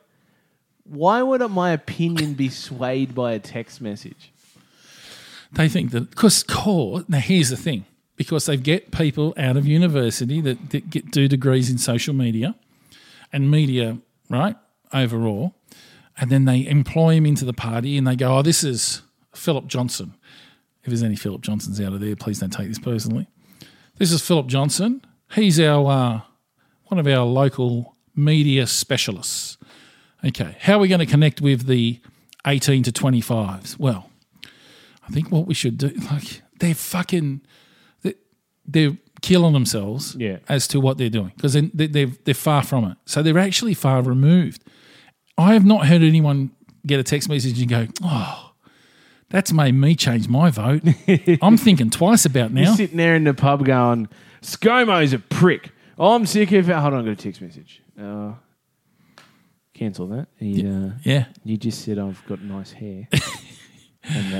S5: why would my opinion be swayed by a text message?
S4: They think that because court. Now here's the thing: because they get people out of university that, that get do degrees in social media and media, right? Overall, and then they employ him into the party, and they go, "Oh, this is Philip Johnson." If there's any Philip Johnsons out of there, please don't take this personally. This is Philip Johnson. He's our uh, one of our local media specialists. Okay, how are we going to connect with the 18 to 25s? Well, I think what we should do, like, they're fucking, they- they're killing themselves
S5: Yeah.
S4: as to what they're doing because they, they, they're, they're far from it. So they're actually far removed. I have not heard anyone get a text message and go, oh, that's made me change my vote. I'm thinking twice about now.
S5: You're sitting there in the pub going, ScoMo's a prick. Oh, I'm sick of it. Hold on, I got a text message. Uh, cancel that. He, uh,
S4: Yeah.
S5: You just said I've got nice hair. and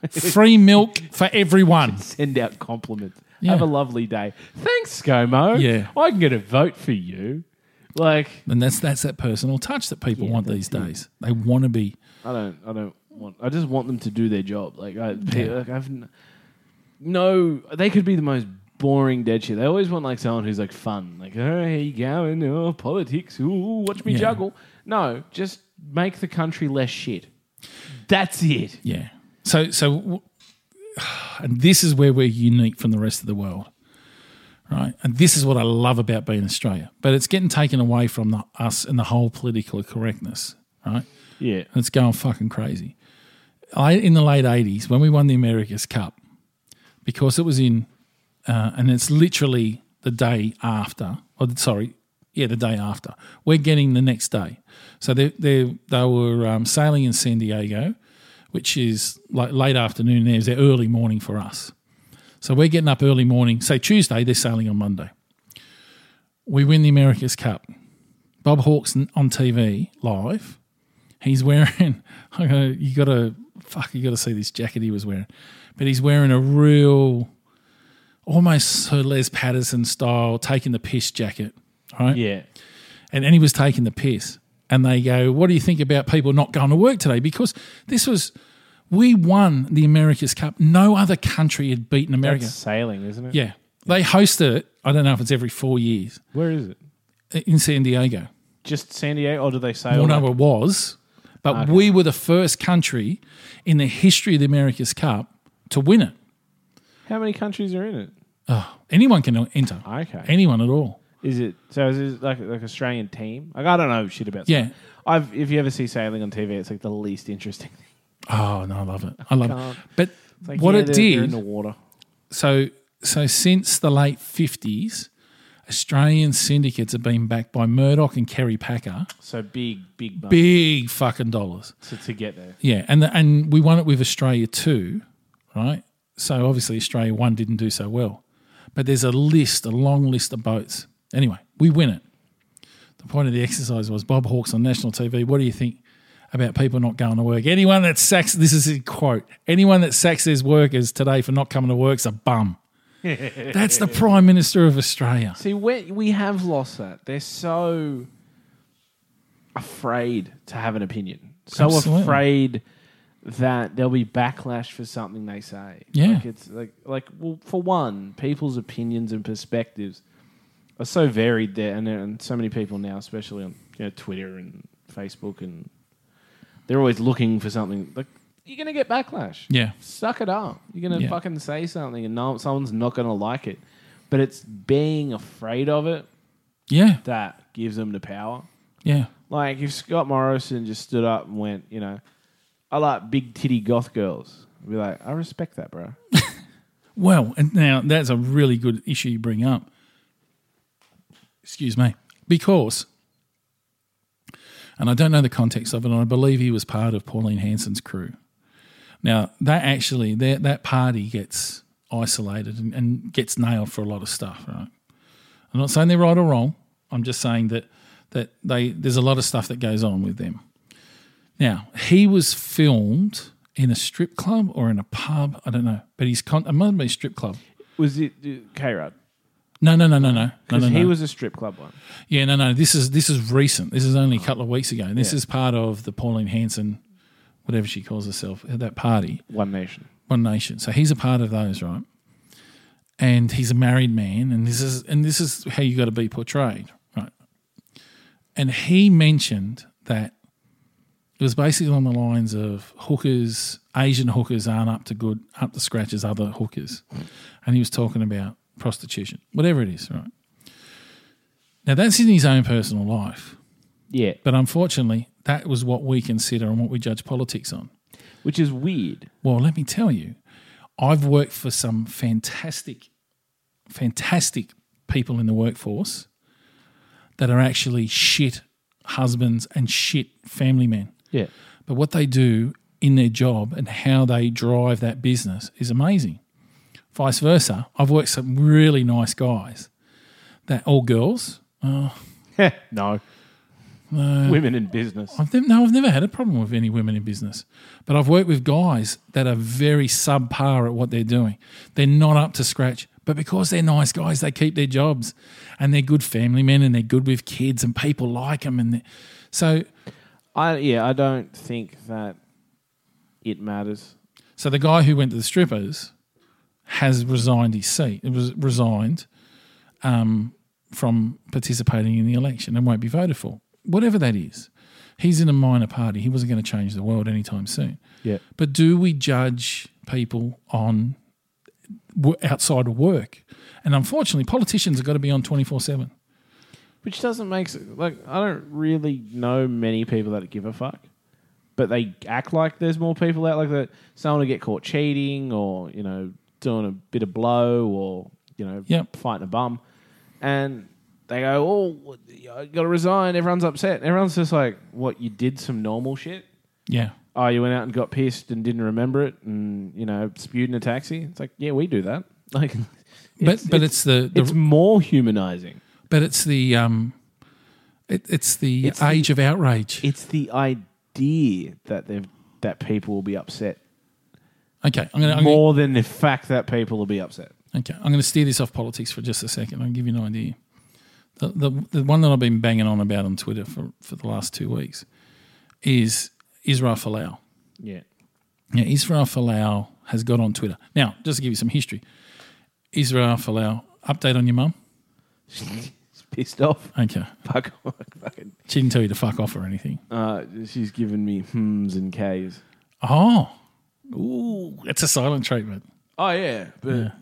S5: that
S4: Free milk for everyone.
S5: send out compliments.
S4: Yeah.
S5: Have a lovely day. Thanks, ScoMo.
S4: Yeah.
S5: I can get a vote for you. Like
S4: And that's that's that personal touch that people want these days. They want to be.
S5: I don't I don't want I just want them to do their job. Like I like I've n- no they could be the most boring dead shit. They always want like someone who's like fun. Like, oh here you go and oh politics, ooh, watch me
S4: Yeah.
S5: juggle. No, just make the country less shit. That's it.
S4: Yeah. So so, w- and this is where we're unique from the rest of the world, right? And this is what I love about being Australia. But it's getting taken away from the, us and the whole political correctness, right?
S5: Yeah.
S4: It's going fucking crazy. I in the late eighties when we won the America's Cup, because it was in, uh, and it's literally the day after. Or the- sorry, yeah, the day after. We're getting the next day. So they they they were um, sailing in San Diego, which is like late afternoon. There's their early morning for us. So we're getting up early morning. Say Tuesday, they're sailing on Monday. We win the America's Cup. Bob Hawke's n- on TV live he's wearing I gotta, you gotta fuck you gotta see this jacket he was wearing but he's wearing a real almost Sir les patterson style taking the piss jacket right
S5: Yeah.
S4: and, and he was taking the piss and they go what do you think about people not going to work today because this was we won the america's cup no other country had beaten america
S5: That's sailing, isn't it?
S4: yeah they host it i don't know if it's every four years
S5: Where is it?
S4: in san diego
S5: Just San Diego, or do they sail?
S4: well no
S5: like-
S4: it was But we were the first country in the history of the America's Cup to win it.
S5: How many countries are in it?
S4: Anyone can enter.
S5: Okay.
S4: Anyone at all.
S5: Is it so? Is it like like Australian team? Like I don't know shit about.
S4: Yeah.
S5: sailing. I've if you ever see sailing on TV, it's like the least interesting. thing.
S4: Oh, no, I love it. I love it.
S5: can't.
S4: But
S5: It's like,
S4: what
S5: yeah,
S4: it
S5: they're-
S4: did.
S5: they're in the water.
S4: so so since the late fifties, Australian syndicates have been backed by Murdoch and Kerry Packer,
S5: So big, big, bump
S4: big fucking dollars.
S5: to, to get there.
S4: Yeah, and the, and we won it with Australia too, right? So obviously Australia one didn't do so well, but there's a list, a long list of boats. Anyway, we win it. The point of the exercise was Bob Hawkes on national TV. What do you think about people not going to work? Anyone that sacks this is a quote. Anyone that sacks his workers today for not coming to work's a bum. That's the Prime Minister of Australia.
S5: See, we we have lost that. They're so afraid to have an opinion. So
S4: Absolutely.
S5: afraid that there'll be backlash for something they say.
S4: Yeah.
S5: like it's like like well, for one, people's opinions and perspectives are so varied there, and, and so many people now, especially on you know, Twitter and Facebook, and they're always looking for something. Like you're gonna get backlash
S4: Yeah,
S5: suck it up. You're gonna
S4: Yeah.
S5: fucking say something, and no, someone's not gonna like it. But it's being afraid of it
S4: yeah,
S5: that gives them the power.
S4: yeah,
S5: Like if Scott Morrison just stood up and went, you know, I like big titty goth girls. I'd be like, I respect that, bro.
S4: Well, and now that's a really good issue you bring up. Excuse me. Because, and I don't know the context of it, and I believe he was part of Pauline Hanson's crew. Now, that actually, that, that party gets isolated and, and gets nailed for a lot of stuff, right? I'm not saying they're right or wrong. I'm just saying that, that they, there's a lot of stuff that goes on with them. Now, he was filmed in a strip club or in a pub. I don't know. But he's con- it must be a strip club.
S5: Was it K Rod?
S4: No, no, no, no, no. No,
S5: Because
S4: no, no.
S5: he was a strip club one.
S4: yeah, no, no. This is this is recent. This is only a couple of weeks ago. And this is part of the Pauline Hanson, whatever she calls herself, at that party.
S5: One Nation.
S4: One Nation. So he's a part of those, right? And he's a married man, and this is and this is how you got to be portrayed, right? And he mentioned that it was basically on the lines of hookers, Asian hookers aren't up to good, up to scratch as other hookers, and he was talking about prostitution, whatever it is, right? Now that's in his own personal life,
S5: Yeah,
S4: but unfortunately, that was what we consider and what we judge politics on.
S5: which is weird.
S4: Well, let me tell you, I've worked for some fantastic, fantastic people in the workforce that are actually shit husbands and shit family men.
S5: Yeah,
S4: But what they do in their job and how they drive that business is amazing. Vice versa, I've worked some really nice guys that all girls.
S5: no. Women in business.
S4: I've nev- no, I've never had a problem with any women in business, but I've worked with guys that are very subpar at what they're doing. They're not up to scratch, but because they're nice guys, they keep their jobs and they're good family men and they're good with kids and people like them. And they- so,
S5: I yeah, I don't think that it matters.
S4: so the guy who went to the strippers has resigned his seat. It was resigned um, from participating in the election and won't be voted for, whatever that is. He's in a minor party. He wasn't going to change the world anytime soon.
S5: Yeah.
S4: But do we judge people on w- outside of work? And unfortunately, politicians have got to be on 24 7.
S5: Which doesn't make sense. Like, I don't really know many people that give a fuck, but they act like there's more people out like that. Someone will get caught cheating or, you know, doing a bit of blow or, you know,
S4: Yep.
S5: fighting a bum. And they go, oh, you got to resign. Everyone's upset. And everyone's just like, what, you did some normal shit?
S4: Yeah.
S5: Oh, you went out and got pissed and didn't remember it and, you know, spewed in a taxi? It's like, yeah, we do that. Like,
S4: But, but it's, the, the
S5: it's more humanizing.
S4: but it's the um, it, it's the
S5: It's the-
S4: age of outrage.
S5: It's the idea that they that people will be upset
S4: okay, I'm gonna, I'm gonna
S5: more than the fact that people will be upset.
S4: okay, I'm gonna steer this off politics for just a second. I'll give you an idea. The, the the one that I've been banging on about on Twitter for, for the last two weeks is Israel Folau.
S5: Yeah,
S4: Yeah, Israel Folau has got on Twitter. Now, just to give you some history, Israel Folau, update on your mum.
S5: She's pissed off.
S4: Okay.
S5: Fuck off. Fucking.
S4: She didn't tell you to fuck off or anything.
S5: Uh, she's giving me hmms and k's.
S4: Oh. Ooh. It's a silent treatment.
S5: Oh yeah, but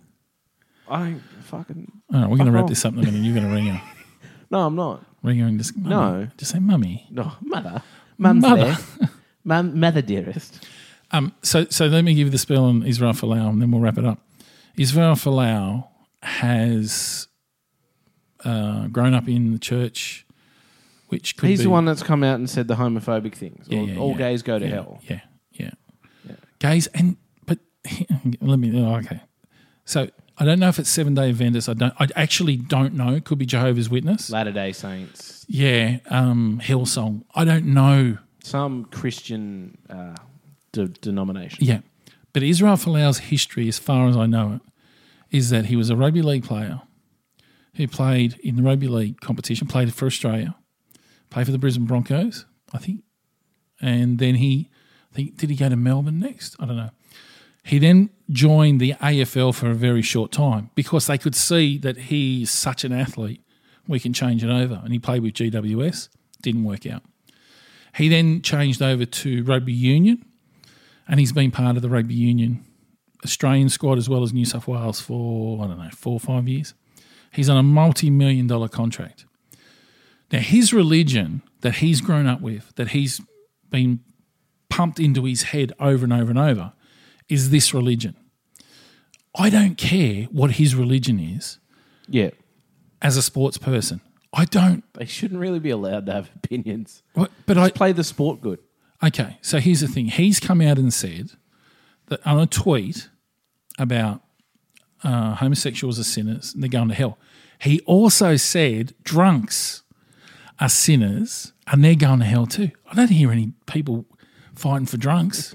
S5: I don't fucking
S4: All right, we're going to
S5: Fuck
S4: wrap
S5: off.
S4: this up in a minute. You're going to ring her.
S5: no. I'm not.
S4: Ring her and just, "Mummy."
S5: No.
S4: Just say, mummy.
S5: No, mother, mum's
S4: Mother.
S5: there. Mum, mother dearest.
S4: Um, so, so let me give you the spiel on Israel Folau and then we'll wrap it up. Israel Folau has uh, grown up in the church, which could
S5: He's
S4: be,
S5: the one that's come out and said the homophobic things.
S4: Yeah,
S5: all
S4: yeah,
S5: all
S4: yeah.
S5: gays go to
S4: yeah,
S5: hell.
S4: Yeah, yeah, Gays and but let me. oh, okay, so I don't know if it's Seven Day Adventists. I don't. I actually don't know. Could be Jehovah's Witness.
S5: Latter Day Saints,
S4: yeah, um, Hillsong. I don't know.
S5: some Christian uh, de- denomination.
S4: Yeah, but Israel Folau's history, as far as I know it, is that he was a rugby league player who played in the rugby league competition, played for Australia, played for the Brisbane Broncos, I think, and then he, I think, did he go to Melbourne next? I don't know. He then joined the AFL for a very short time because they could see that he is such an athlete. We can change it over, and he played with GWS. Didn't work out. He then changed over to rugby union, and he's been part of the rugby union Australian squad as well as New South Wales for I don't know four or five years. He's on a multi-million dollar contract. Now his religion that he's grown up with, that he's been pumped into his head over and over and over, is this religion. I don't care what his religion is
S5: Yeah,
S4: as a sports person. I don't.
S5: they shouldn't really be allowed to have opinions.
S4: But I
S5: Play the sport good.
S4: Okay, so here's the thing. He's come out and said that on a tweet about uh, homosexuals are sinners and they're going to hell. He also said drunks are sinners and they're going to hell too. I don't hear any people fighting for drunks.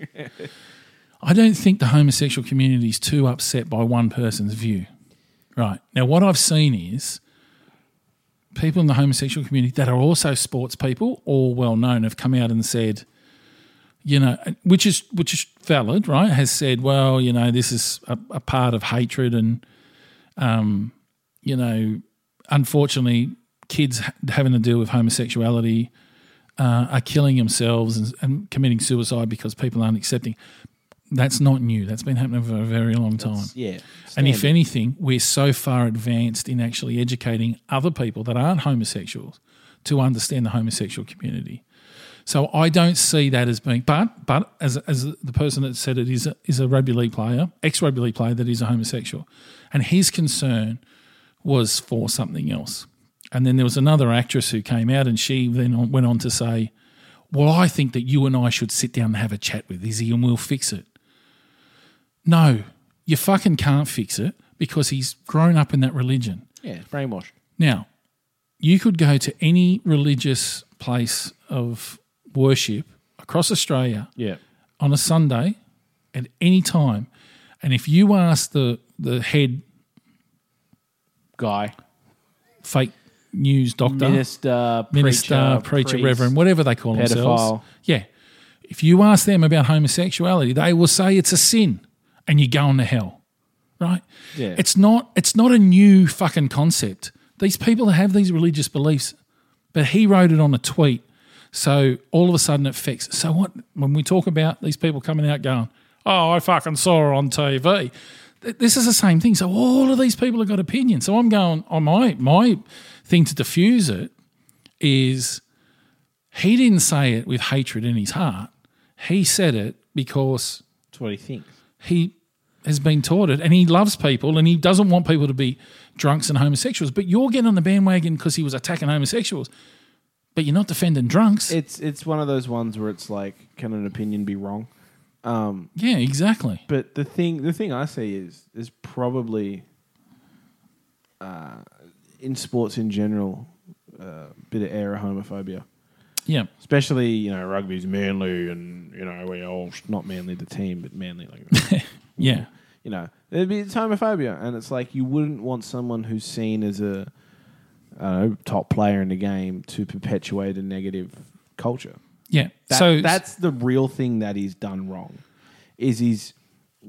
S4: I don't think the homosexual community is too upset by one person's view. Right. Now, what I've seen is people in the homosexual community that are also sports people or well known have come out and said, you know, which is which is valid, right? Has said, well, you know, this is a, a part of hatred, and um, you know, unfortunately, kids ha- having to deal with homosexuality uh, are killing themselves and, and committing suicide because people aren't accepting. That's not new. That's been happening for a very long time.
S5: Yeah,
S4: And if
S5: Standard.
S4: anything, we're so far advanced in actually educating other people that aren't homosexuals to understand the homosexual community. So I don't see that as being, but but as as the person that said it is a, is a rugby league player, ex rugby league player that is a homosexual, and his concern was for something else. And then there was another actress who came out, and she then on- went on to say, "Well, I think that you and I should sit down and have a chat with Izzy, and we'll fix it." No, you fucking can't fix it because he's grown up in that religion.
S5: yeah, brainwashed.
S4: Now, you could go to any religious place of worship across Australia
S5: Yeah,
S4: on a Sunday at any time. And if you ask the, the head
S5: guy,
S4: fake news doctor,
S5: minister,
S4: minister, preacher,
S5: priest.
S4: reverend, whatever they call
S5: pedophile.
S4: themselves. Yeah. If you ask them about homosexuality, they will say it's a sin and you're going to hell. Right?
S5: Yeah.
S4: It's not it's not a new fucking concept. These people have these religious beliefs, but he wrote it on a tweet. So all of a sudden it affects. So what when we talk about these people coming out going, Oh, I fucking saw her on TV. th- This is the same thing. So all of these people have got opinions. So I'm going on my my thing to diffuse it is he didn't say it with hatred in his heart. He said it because
S5: That's what he thinks.
S4: he has been taught it and he loves people and he doesn't want people to be drunks and homosexuals. But you're getting on the bandwagon because he was attacking homosexuals, but you're not defending drunks.
S5: It's it's one of those ones where it's like, can an opinion be wrong?
S4: yeah, exactly.
S5: But the thing, the thing I see is is probably uh, in sports in general, uh, bit of air of homophobia,
S4: Yeah.
S5: especially you know rugby's manly and you know we all not manly the team but manly like
S4: Yeah.
S5: you know it'd be it's homophobia and it's like you wouldn't want someone who's seen as a I don't know, top player in the game to perpetuate a negative culture.
S4: Yeah.
S5: That,
S4: so
S5: that's the real thing that he's done wrong. Is he's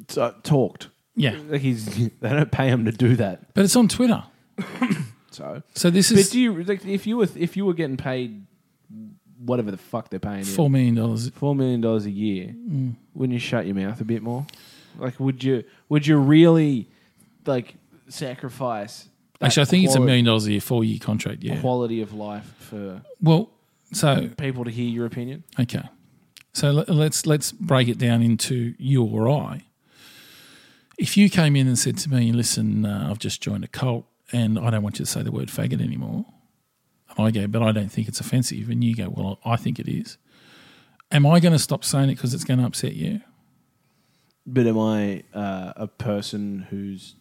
S5: t- talked.
S4: Yeah.
S5: Like he's they don't pay him to do that.
S4: but it's on Twitter.
S5: so.
S4: So this
S5: But
S4: is
S5: do you like if you were if you were getting paid whatever the fuck they're paying you,
S4: four million dollars.
S5: four million dollars a year,
S4: Mm.
S5: wouldn't you shut your mouth a bit more? Like, would you would you really like sacrifice? that
S4: Actually, I think it's a
S5: quali-
S4: million dollars a year, four year contract. Yeah.
S5: quality of life for
S4: Well, so
S5: people to hear your opinion.
S4: Okay. So le- let's let's break it down into you or I. If you came in and said to me, "Listen, uh, I've just joined a cult, and I don't want you to say the word faggot anymore," and I go, "But I don't think it's offensive," and you go, "Well, I think it is." Am I going to stop saying it because it's going to upset you?
S5: But am I uh, a person who's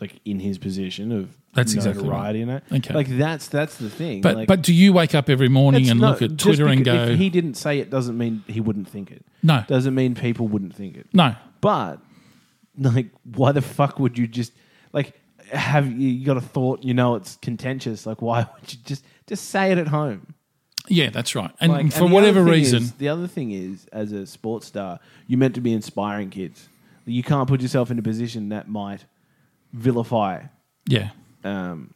S5: like in his position of
S4: That's exactly
S5: notoriety
S4: right.
S5: in it?
S4: Okay.
S5: Like that's that's the thing.
S4: But
S5: like,
S4: but do you wake up every morning
S5: that's
S4: and
S5: not-
S4: look at
S5: just
S4: Twitter and
S5: because-
S4: go,
S5: if he didn't say it doesn't mean he wouldn't think it.
S4: No.
S5: Doesn't mean people wouldn't think it.
S4: "No,
S5: But like, why the fuck would you just like have you, you got a thought? You know, it's contentious. Like, why would you just just say it at home?
S4: yeah, that's right," and
S5: Like,
S4: for
S5: and the
S4: whatever
S5: other thing
S4: reason,
S5: is- the other thing is, as a sports star, you're meant to be inspiring kids. You can't put yourself in a position that might vilify
S4: yeah,
S5: um,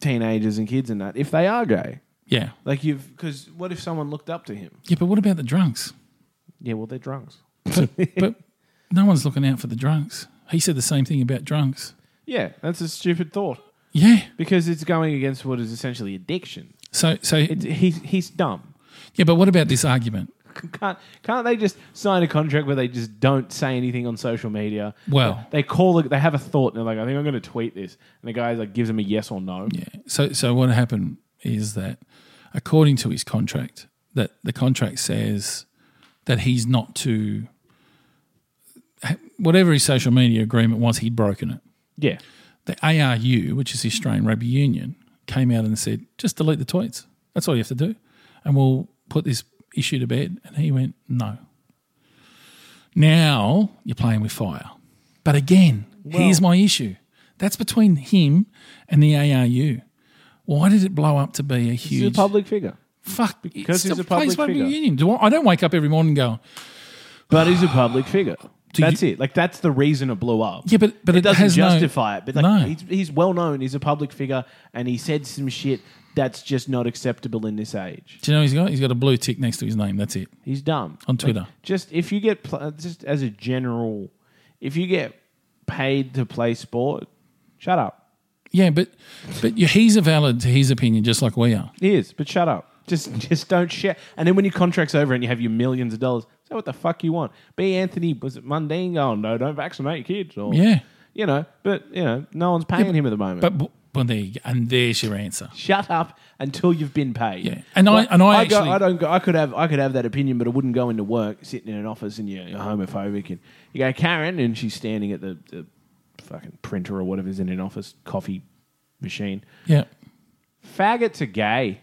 S5: teenagers and kids and that if they are gay.
S4: yeah,
S5: Like you've because what if someone looked up to him?
S4: yeah. But what about the drunks?
S5: Yeah, well they're drunks.
S4: but no one's looking out for the drunks. He said the same thing about drunks.
S5: Yeah, that's a stupid thought
S4: Yeah.
S5: because it's going against what is essentially addiction.
S4: So so
S5: It's, he's he's dumb.
S4: yeah, but what about this argument?
S5: Can't can't they just sign a contract where they just don't say anything on social media?
S4: Well-
S5: they call it. They have a thought and they're like, I think I'm going to tweet this, and the guy like gives them a yes or no.
S4: Yeah. So so what happened is that according to his contract, that the contract says that he's not to whatever his social media agreement was, he'd broken it.
S5: Yeah,
S4: The ARU, which is the Australian Rugby Union, came out and said, just delete the tweets. That's all you have to do. And we'll put this issue to bed. And he went, no. Now you're playing with fire. But again, here's my issue. That's between him and the ARU. Why did it blow up to be a
S5: he's a
S4: huge
S5: public figure,
S4: fuck? it
S5: because
S4: still
S5: he's a
S4: plays
S5: public
S4: rugby
S5: figure.
S4: union. Do I, I don't wake up every morning and go,
S5: but he's a public figure.
S4: Do
S5: that's it. Like that's the reason it blew up.
S4: yeah, but but it,
S5: it doesn't
S4: has no-
S5: justify it. But like,
S4: no.
S5: he's, he's well known. He's a public figure, and he said some shit that's just not acceptable in this age.
S4: Do you know what he's got? He's got a blue tick next to his name. That's it
S5: He's dumb.
S4: on Twitter.
S5: Just if you get pl- uh, just as a general, if you get paid to play sport, shut up.
S4: Yeah, but but you- he's a valid to his opinion, just like we are.
S5: He is, but shut up. Just just don't share. And then when your contract's over and you have your millions of dollars, say what the fuck you want. Be Anthony was it Mundine? Oh no, don't vaccinate kids. Or,
S4: Yeah.
S5: you know, but you know, no one's paying him at the moment.
S4: But but there you go. and there's your answer.
S5: shut up until you've been paid.
S4: Yeah. And I- and I
S5: go,
S4: actually-
S5: I don't go, I could have I could have that opinion, but I wouldn't go into work sitting in an office and you're, you're homophobic and you go Karen and she's standing at the, the fucking printer or whatever's in an office coffee machine.
S4: Yeah,
S5: Faggots are gay.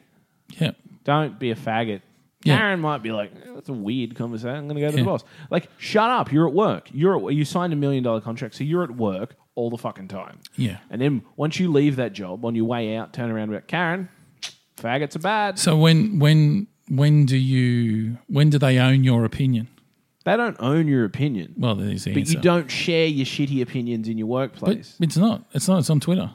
S4: yeah,
S5: Don't be a faggot.
S4: Yeah.
S5: Karen might be like, "Eh, that's a weird conversation. I'm going to go to
S4: Yeah.
S5: the boss. Like, shut up. You're at work. You're at, you signed a million dollar contract, so you're at work all the fucking time.
S4: yeah.
S5: And then once you leave that job on your way out, turn around and be like, Karen, faggots are bad.
S4: So when when when do you when do they own your opinion?
S5: They don't own your opinion,
S4: Well, there's the
S5: but
S4: answer.
S5: you don't share your shitty opinions in your
S4: But
S5: workplace. But,
S4: it's not. It's not. It's on Twitter.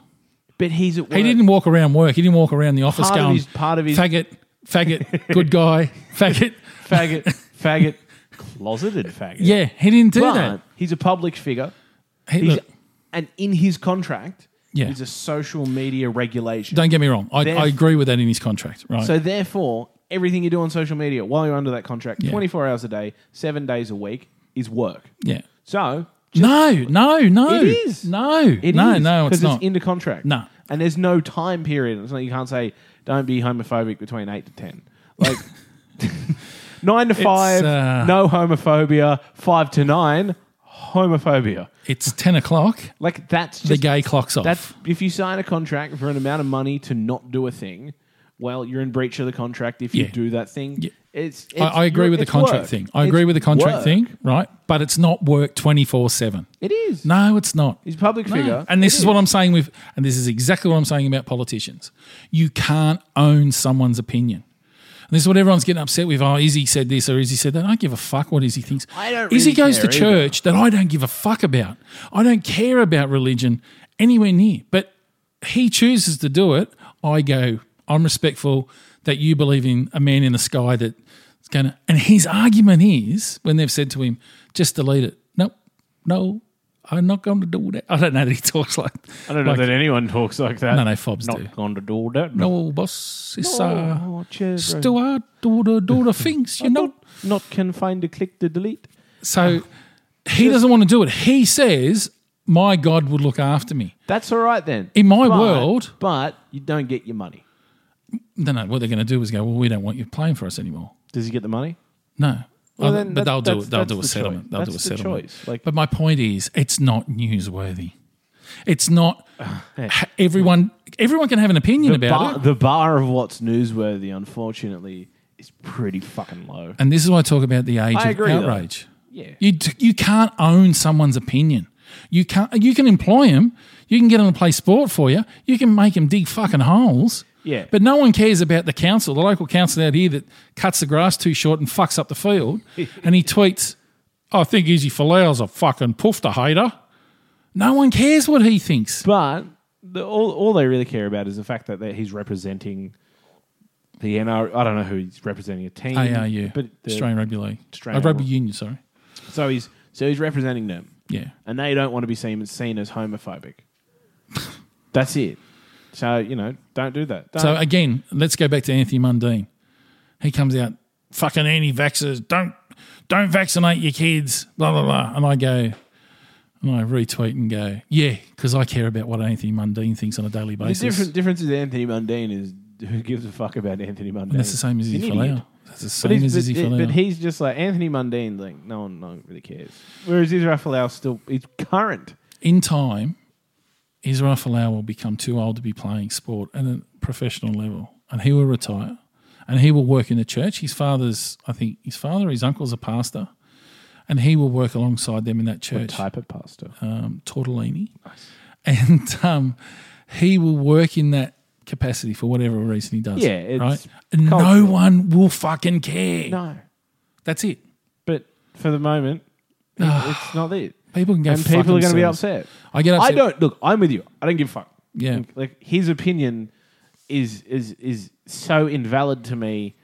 S5: he's at work.
S4: He didn't walk around work. He didn't walk around the office
S5: Part of
S4: going
S5: his- part of his-
S4: faggot, faggot, good guy, faggot.
S5: faggot, faggot, closeted faggot.
S4: Yeah, he didn't do
S5: but
S4: that.
S5: he's a public figure.
S4: He-
S5: He's
S4: look,
S5: and in his contract
S4: Yeah.
S5: is a social media regulation.
S4: don't get me wrong. I,
S5: There's-
S4: I agree with that in his contract. Right.
S5: So therefore, everything you do on social media while you're under that contract,
S4: Yeah.
S5: 24 hours a day, seven days a week, is work.
S4: yeah.
S5: So
S4: No, no, no.
S5: It is.
S4: No,
S5: It
S4: no,
S5: is,
S4: no. It's
S5: 'cause
S4: not.
S5: it's in the contract.
S4: No.
S5: And there's no time period. It's like you can't say, don't be homophobic between 8 to 10. Like, 9 to 5,
S4: uh,
S5: no homophobia. 5 to 9, homophobia.
S4: it's ten o'clock.
S5: Like, that's
S4: The
S5: just.
S4: gay clocks off.
S5: that's, if you sign a contract for an amount of money to not do a thing, well, you're in breach of the contract if you
S4: Yeah.
S5: do that thing.
S4: Yeah.
S5: It's, it's.
S4: I, I agree
S5: you're-
S4: with the
S5: it's
S4: contract
S5: work.
S4: thing. I
S5: It's
S4: agree with the contract
S5: work.
S4: thing, right? But it's not work 24 7.
S5: It is.
S4: No, it's not.
S5: He's a public
S4: No.
S5: figure.
S4: And this
S5: It
S4: is what I'm saying with, and this is exactly what I'm saying about politicians. You can't own someone's opinion. And this is what everyone's getting upset with. Oh, Izzy said this or Izzy said that. I don't give a fuck what Izzy thinks.
S5: I don't
S4: Izzy
S5: really
S4: goes
S5: care
S4: to
S5: either.
S4: church that I don't give a fuck about. I don't care about religion anywhere near. But he chooses to do it. I go, I'm respectful that you believe in a man in the sky that's going to. And his argument is when they've said to him, just delete it. Nope, no, I'm not going to do that. I don't know that he talks like
S8: I don't know
S4: like,
S8: that anyone talks like that.
S4: No, no, fobs
S8: Not
S4: do.
S8: gone to do that.
S4: No, boss, it's uh,
S5: Oh, cheers, bro.
S4: still hard do the, do the things, you know.
S5: Not can find the click to delete.
S4: So he doesn't want to do it. He says, my God would look after me.
S5: That's all right then.
S4: In my
S5: But-
S4: world-
S5: but you don't get your money.
S4: No, no, what they're going to do is go, well, we don't want you playing for us anymore.
S5: Does he get the money?
S4: No.
S5: Well,
S4: Oh, but
S5: then that-
S4: they'll do
S5: that's-
S4: it. They'll do a
S5: that's the
S4: settlement.
S5: choice.
S4: They'll do a
S5: That's the
S4: settlement.
S5: choice. Like-
S4: but my point is, it's not newsworthy. It's not. ha- everyone, everyone can have an opinion
S5: The
S4: about
S5: bar,
S4: it.
S5: the bar of what's newsworthy, unfortunately, is pretty fucking low.
S4: And this is why I talk about the age
S5: I
S4: of
S5: agree, though.
S4: outrage.
S5: Yeah.
S4: You t- you can't own someone's opinion. You can't. You can employ him. You can get him to play sport for you. You can make him dig fucking holes.
S5: Yeah.
S4: But no one cares about the council, the local council out here that cuts the grass too short and fucks up the field. and he tweets, "I think Izzy Folau's a fucking poofter hater." No one cares what he thinks.
S5: But the, all, all they really care about is the fact that they, he's representing the NR. I don't know who he's representing a team.
S4: ARU,
S5: but the-
S4: Australian Rugby League,
S5: Australian
S4: oh, Rugby
S5: Rugby-
S4: Union. Sorry.
S5: So he's so he's representing them,
S4: Yeah.
S5: and they don't want to be seen seen as homophobic. That's it. So you know, don't do that. Don't.
S4: So again, let's go back to Anthony Mundine. He comes out, fucking anti-vaxxers, don't don't vaccinate your kids, blah blah blah. And I go, and I retweet and go, yeah, because I care about what Anthony Mundine thinks on a daily
S5: the
S4: basis.
S5: different difference is Anthony Mundine is who gives a fuck about Anthony Mundine.
S4: and that's the same as
S5: He's
S4: Izzy
S5: an idiot.
S4: Folau. That's the
S5: But
S4: same as
S5: he's,
S4: Izzy
S5: but, but
S4: Folau.
S5: he's just like Anthony Mundine. Like no one, no one really cares. Whereas Israel Folau still he's current.
S4: In time, Israel Folau will become too old to be playing sport at a professional level, and he will retire. And he will work in the church. His father's, I think, his father, his uncle's a pastor, and he will work alongside them in that church.
S5: Type of pastor.
S4: um, Tortellini, and um, he will work in that capacity for whatever reason he does.
S5: Yeah, it's
S4: right. And no
S5: cultural.
S4: one will fucking care.
S5: no,
S4: That's it.
S5: but for the moment, it's not it.
S4: People can go.
S5: and
S4: fuck
S5: people are going to be
S4: themselves.
S5: upset.
S4: I get
S5: I
S4: upset.
S5: don't look. I'm with you. I don't give a fuck.
S4: Yeah.
S5: like his opinion is is is so invalid to me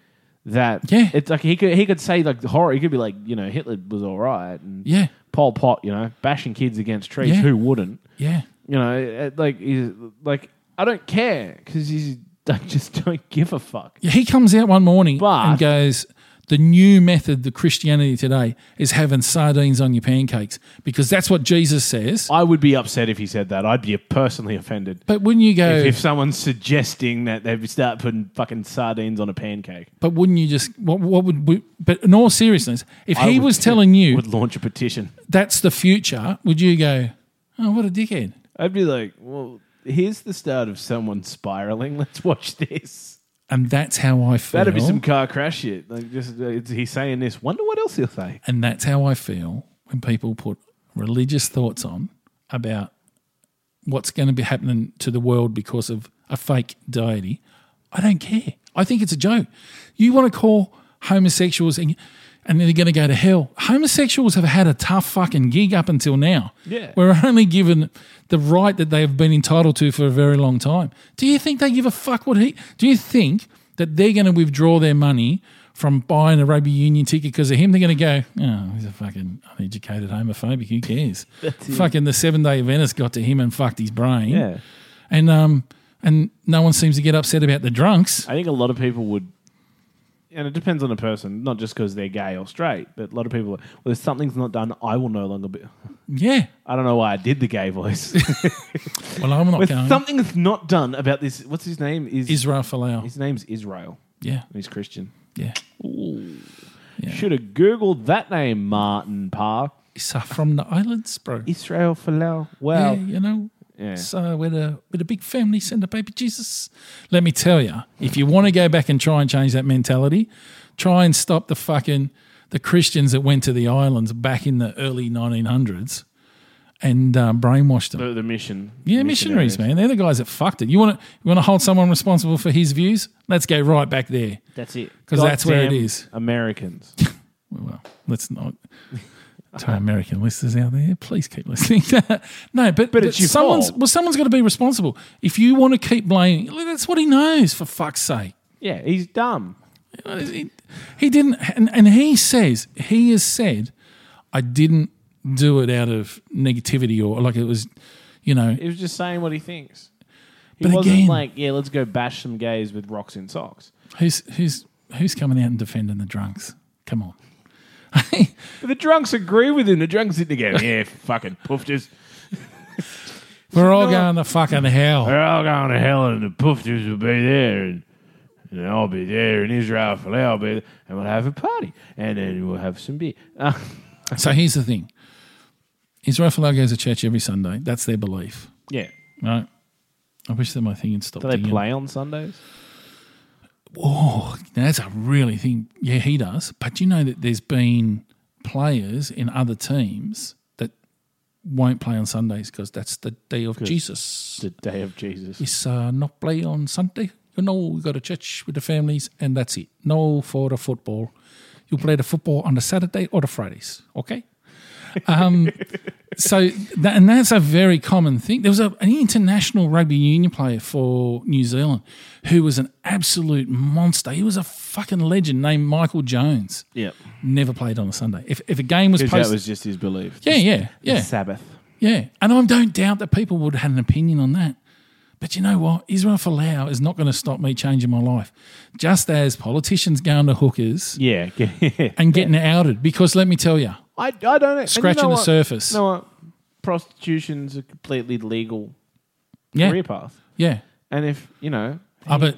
S5: that
S4: Yeah.
S5: it's like he could he could say like the horror. He could be like you know Hitler was all right and
S4: Yeah.
S5: Pol Pot you know bashing kids against trees.
S4: Yeah.
S5: Who wouldn't?
S4: Yeah.
S5: You know, it- like he's like I don't care because he's I just don't give a fuck.
S4: Yeah, He comes out one morning
S5: But-
S4: and goes. The new method of Christianity today is having sardines on your pancakes because that's what Jesus says.
S5: I would be upset if he said that. I'd be personally offended.
S4: But wouldn't you go?
S5: If, if someone's suggesting that they start putting fucking sardines on a pancake,
S4: but wouldn't you just? What, what would? We, but in all seriousness, if
S5: I
S4: he
S5: would-
S4: was telling you
S5: would launch a petition.
S4: that's the future, would you go, oh, what a dickhead?
S5: I'd be like, well, here's the start of someone spiraling. Let's watch this.
S4: And that's how I feel.
S5: That'd be some car crash shit. Like, just uh, it's, he's saying this. Wonder what else he'll say.
S4: and that's how I feel when people put religious thoughts on about what's going to be happening to the world because of a fake deity. I don't care. I think it's a joke. You want to call homosexuals and and they're going to go to hell. Homosexuals have had a tough fucking gig up until now.
S5: Yeah.
S4: We're only given the right that they have been entitled to for a very long time. Do you think they give a fuck what he do you think that they're going to withdraw their money from buying a rugby union ticket because of him? They're going to go, oh, he's a fucking uneducated homophobic. Who cares? fucking the seven day Venice got to him and fucked his brain. And um and no one seems to get upset about the drunks.
S5: I think a lot of people would, and it depends on the person, not just because they're gay or straight, but a lot of people. are, Well, if something's not done, I will no longer be.
S4: Yeah.
S5: I don't know why I did the gay voice.
S4: Well, I'm not
S5: If
S4: going.
S5: something's not done about this, what's his name? Is
S4: Israel Folau.
S5: his name's Israel?
S4: Yeah.
S5: He's Christian.
S4: Yeah.
S5: Should have googled that name, Martin Parr.
S4: It's uh, from the islands, bro.
S5: Israel Folau.
S4: Yeah,
S5: Wow.
S4: you know.
S5: Yeah.
S4: So with a with a big family, send a baby Jesus. Let me tell you, if you want to go back and try and change that mentality, try and stop the fucking the Christians that went to the islands back in the early 1900s and uh, brainwashed them.
S5: The, the mission.
S4: yeah, missionaries, man, they're the guys that fucked it. You want to you want to hold someone responsible for his views? Let's go right back there.
S5: That's it.
S4: 'Cause that's where it is.
S5: Americans.
S4: Well, let's not. to our American listeners out there, please keep listening. no, but, but,
S8: it's your
S4: someone's
S8: fault.
S4: well, someone's got to be responsible. If you want to keep blaming, look, that's what he knows. For fuck's sake,
S5: Yeah, he's dumb.
S4: You know, he, he didn't, and, and he says he has said, I didn't do it out of negativity or like it was, you know,
S5: He was just saying what he thinks. He
S4: But
S5: wasn't
S4: again-
S5: like, yeah, let's go bash some gays with rocks in socks.
S4: who's who's who's coming out and defending the drunks? Come on.
S5: But the drunks agree with him. The drunks didn't go,
S8: yeah, fucking poofters.
S4: We're all going to fucking hell.
S8: They're all going to hell, and the poofters will be there, and, and I'll be there, and Israel Folau will be there, and we'll have a party, and then we'll have some beer. Uh,
S4: So here's the thing. Israel Folau goes to church every Sunday. That's their belief.
S5: yeah.
S4: Right. I wish that my thing had stopped.
S5: Do they
S4: again.
S5: play on Sundays?
S4: Oh, that's a really thing. Yeah, he does. But you know that there's been players in other teams that won't play on Sundays because that's the day of Jesus.
S5: The day of Jesus.
S4: It's uh, not play on Sunday. You know, we go to church with the families, and that's it. No for the football. You play the football on the Saturday or the Fridays. Okay. Um, so that, and that's a very common thing. There was a, an international rugby union player for New Zealand who was an absolute monster. He was a fucking legend named Michael Jones.
S5: Yep.
S4: Never played on a Sunday. If, if a game was
S5: That
S4: posted,
S5: was just his belief.
S4: yeah, yeah, yeah,
S5: Sabbath.
S4: yeah. And I don't doubt that people would have had an opinion on that. But you know what? Israel Folau is not going to stop me changing my life. Just as politicians going to hookers
S5: Yeah.
S4: and getting outed, because let me tell you,
S5: I, I don't know. and
S4: Scratching
S5: you know
S4: the
S5: what?
S4: surface.
S5: You know what? Prostitution's a completely legal
S4: yeah,
S5: career path.
S4: yeah,
S5: And if, you know,
S4: I bet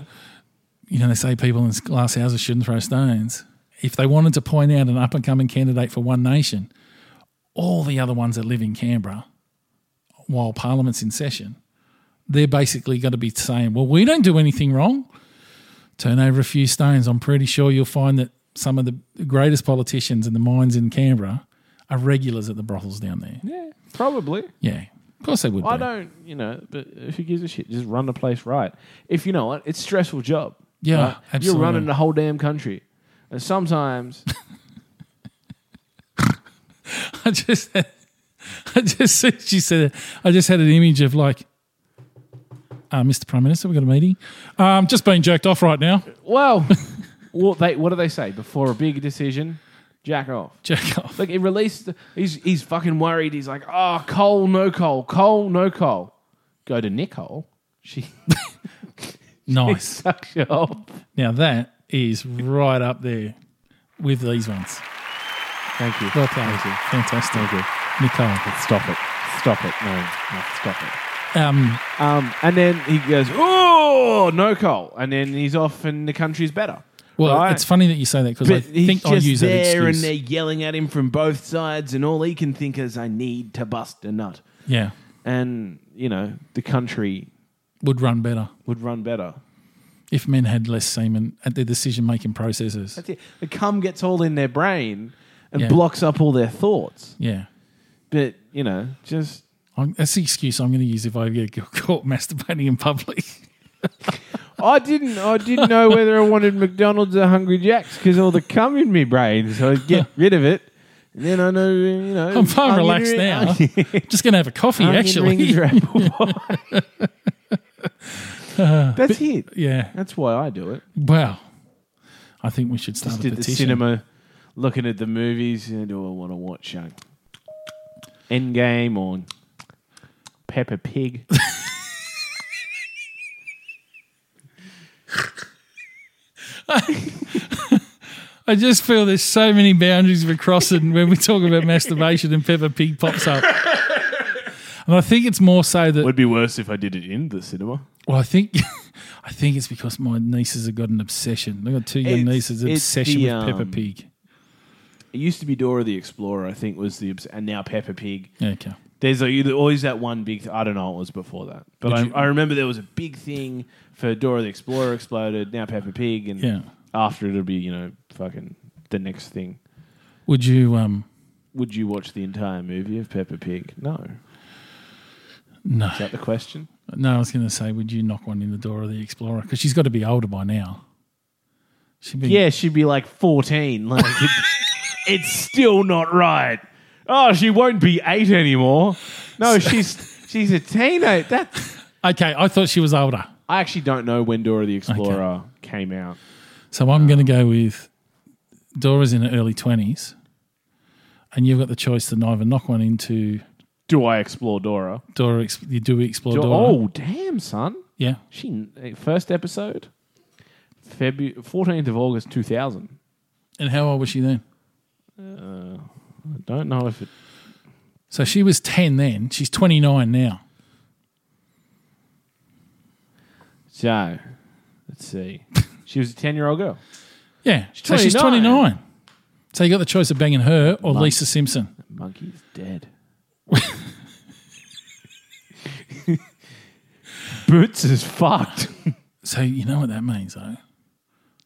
S4: you know they say people in glass houses shouldn't throw stones. If they wanted to point out an up and coming candidate for One Nation, all the other ones that live in Canberra, while Parliament's in session, they're basically going to be saying, "Well, we don't do anything wrong. Turn over a few stones." I'm pretty sure you'll find that some of the greatest politicians and the minds in Canberra are regulars at the brothels down there. Yeah,
S5: yeah, probably.
S4: of course they would.
S5: I
S4: be.
S5: don't, you know, but who gives a shit? Just run the place right. If you know what, it's a stressful job.
S4: Yeah,
S5: right?
S4: absolutely.
S5: You're running the whole damn country. And sometimes,
S4: I just, I just said she said it. I just had an image of like, uh, Mr. Prime Minister, we've got a meeting. Um, just being jerked off right now.
S5: well, what they what do they say before a big decision? Jack off.
S4: Jerk off.
S5: Like he released. He's he's fucking worried. He's like, oh, coal, no coal, coal, no coal. Go to Nicole. She
S4: Nice.
S5: sucks you off.
S4: Now that is right up there with these ones.
S5: Thank you.
S4: Well played. Fantastic. Nicole.
S5: Stop it. Stop it. No, no, stop it.
S4: Um,
S5: Um, and then he goes, "Oh, no coal," and then he's off, and the country's better.
S4: well,
S5: Right?
S4: it's funny that you say that because I
S5: But he's
S4: think
S5: just
S4: I use that
S5: there, and
S4: excuse.
S5: they're yelling at him from both sides, and all he can think is, "I need to bust a nut,"
S4: yeah,
S5: and you know, the country
S4: would run better
S5: would run better.
S4: if men had less semen at their decision making processes.
S5: That's it. The cum gets all in their brain and
S4: Yeah.
S5: blocks up all their thoughts.
S4: Yeah.
S5: But you know, just
S4: I'm, that's the excuse I'm going to use if I get caught masturbating in public.
S5: I didn't, I didn't know whether I wanted McDonald's or Hungry Jacks because all the cum in me brain, so I get rid of it. And then I know, you know,
S4: I'm far
S5: onion
S4: relaxed
S5: ring-
S4: now.
S5: onion-
S4: Just going to have a coffee,
S5: onion rings
S4: actually. Uh,
S5: or apple pie. That's it.
S4: Yeah.
S5: That's why I do it.
S4: Wow. I think we should start
S5: Just
S4: a
S5: at the
S4: petition.
S5: cinema, looking at the movies. You know, do I want to watch um, Endgame or Peppa Pig?
S4: I just feel there's so many boundaries we're crossing when we talk about masturbation and Peppa Pig pops up. And I think it's more so that
S8: would be worse if I did it in the cinema.
S4: well, I think I think it's because my nieces have got an obsession. They've got two young
S5: It's-
S4: nieces an
S5: it's
S4: obsession
S5: the,
S4: with Peppa
S5: um,
S4: Pig.
S5: It used to be Dora the Explorer, I think, was the obs- and now Peppa Pig.
S4: Okay.
S5: There's like, always that one big. I don't know what was before that, but
S4: Would
S5: I,
S4: you-
S5: I remember there was a big thing for Dora the Explorer exploded. Now Peppa Pig, and
S4: Yeah.
S5: after it'll be you know fucking the next thing.
S4: Would you um
S5: Would you watch the entire movie of Peppa Pig? No.
S4: no.
S5: Is that the question?
S4: No, I was going to say, would you knock one in the door of the Explorer? Because she's got to be older by now. She'd be
S5: Yeah, she'd be like fourteen. Like it- it's still not right. oh, she won't be eight anymore. No, she's she's a teenage. That
S4: Okay, I thought she was older.
S5: I actually don't know when Dora the Explorer came out.
S4: So I'm going to go with Dora's in her early 20s, and you've got the choice to either knock one into
S5: Do I explore Dora?
S4: Dora, Ex- you do explore
S5: Do-
S4: Dora.
S5: oh, damn, son.
S4: Yeah.
S5: She eh, first episode, February fourteenth of August two thousand.
S4: And how old was she then?
S5: I don't know if it.
S4: So she was 10 then. She's 29 now.
S5: So, let's see. She was a ten-year-old girl.
S4: Yeah. so she's
S5: 29.
S4: 29. So you got the choice of banging her or Lisa Simpson.
S5: Monkey's dead. Boots is fucked.
S4: So you know what that means, though?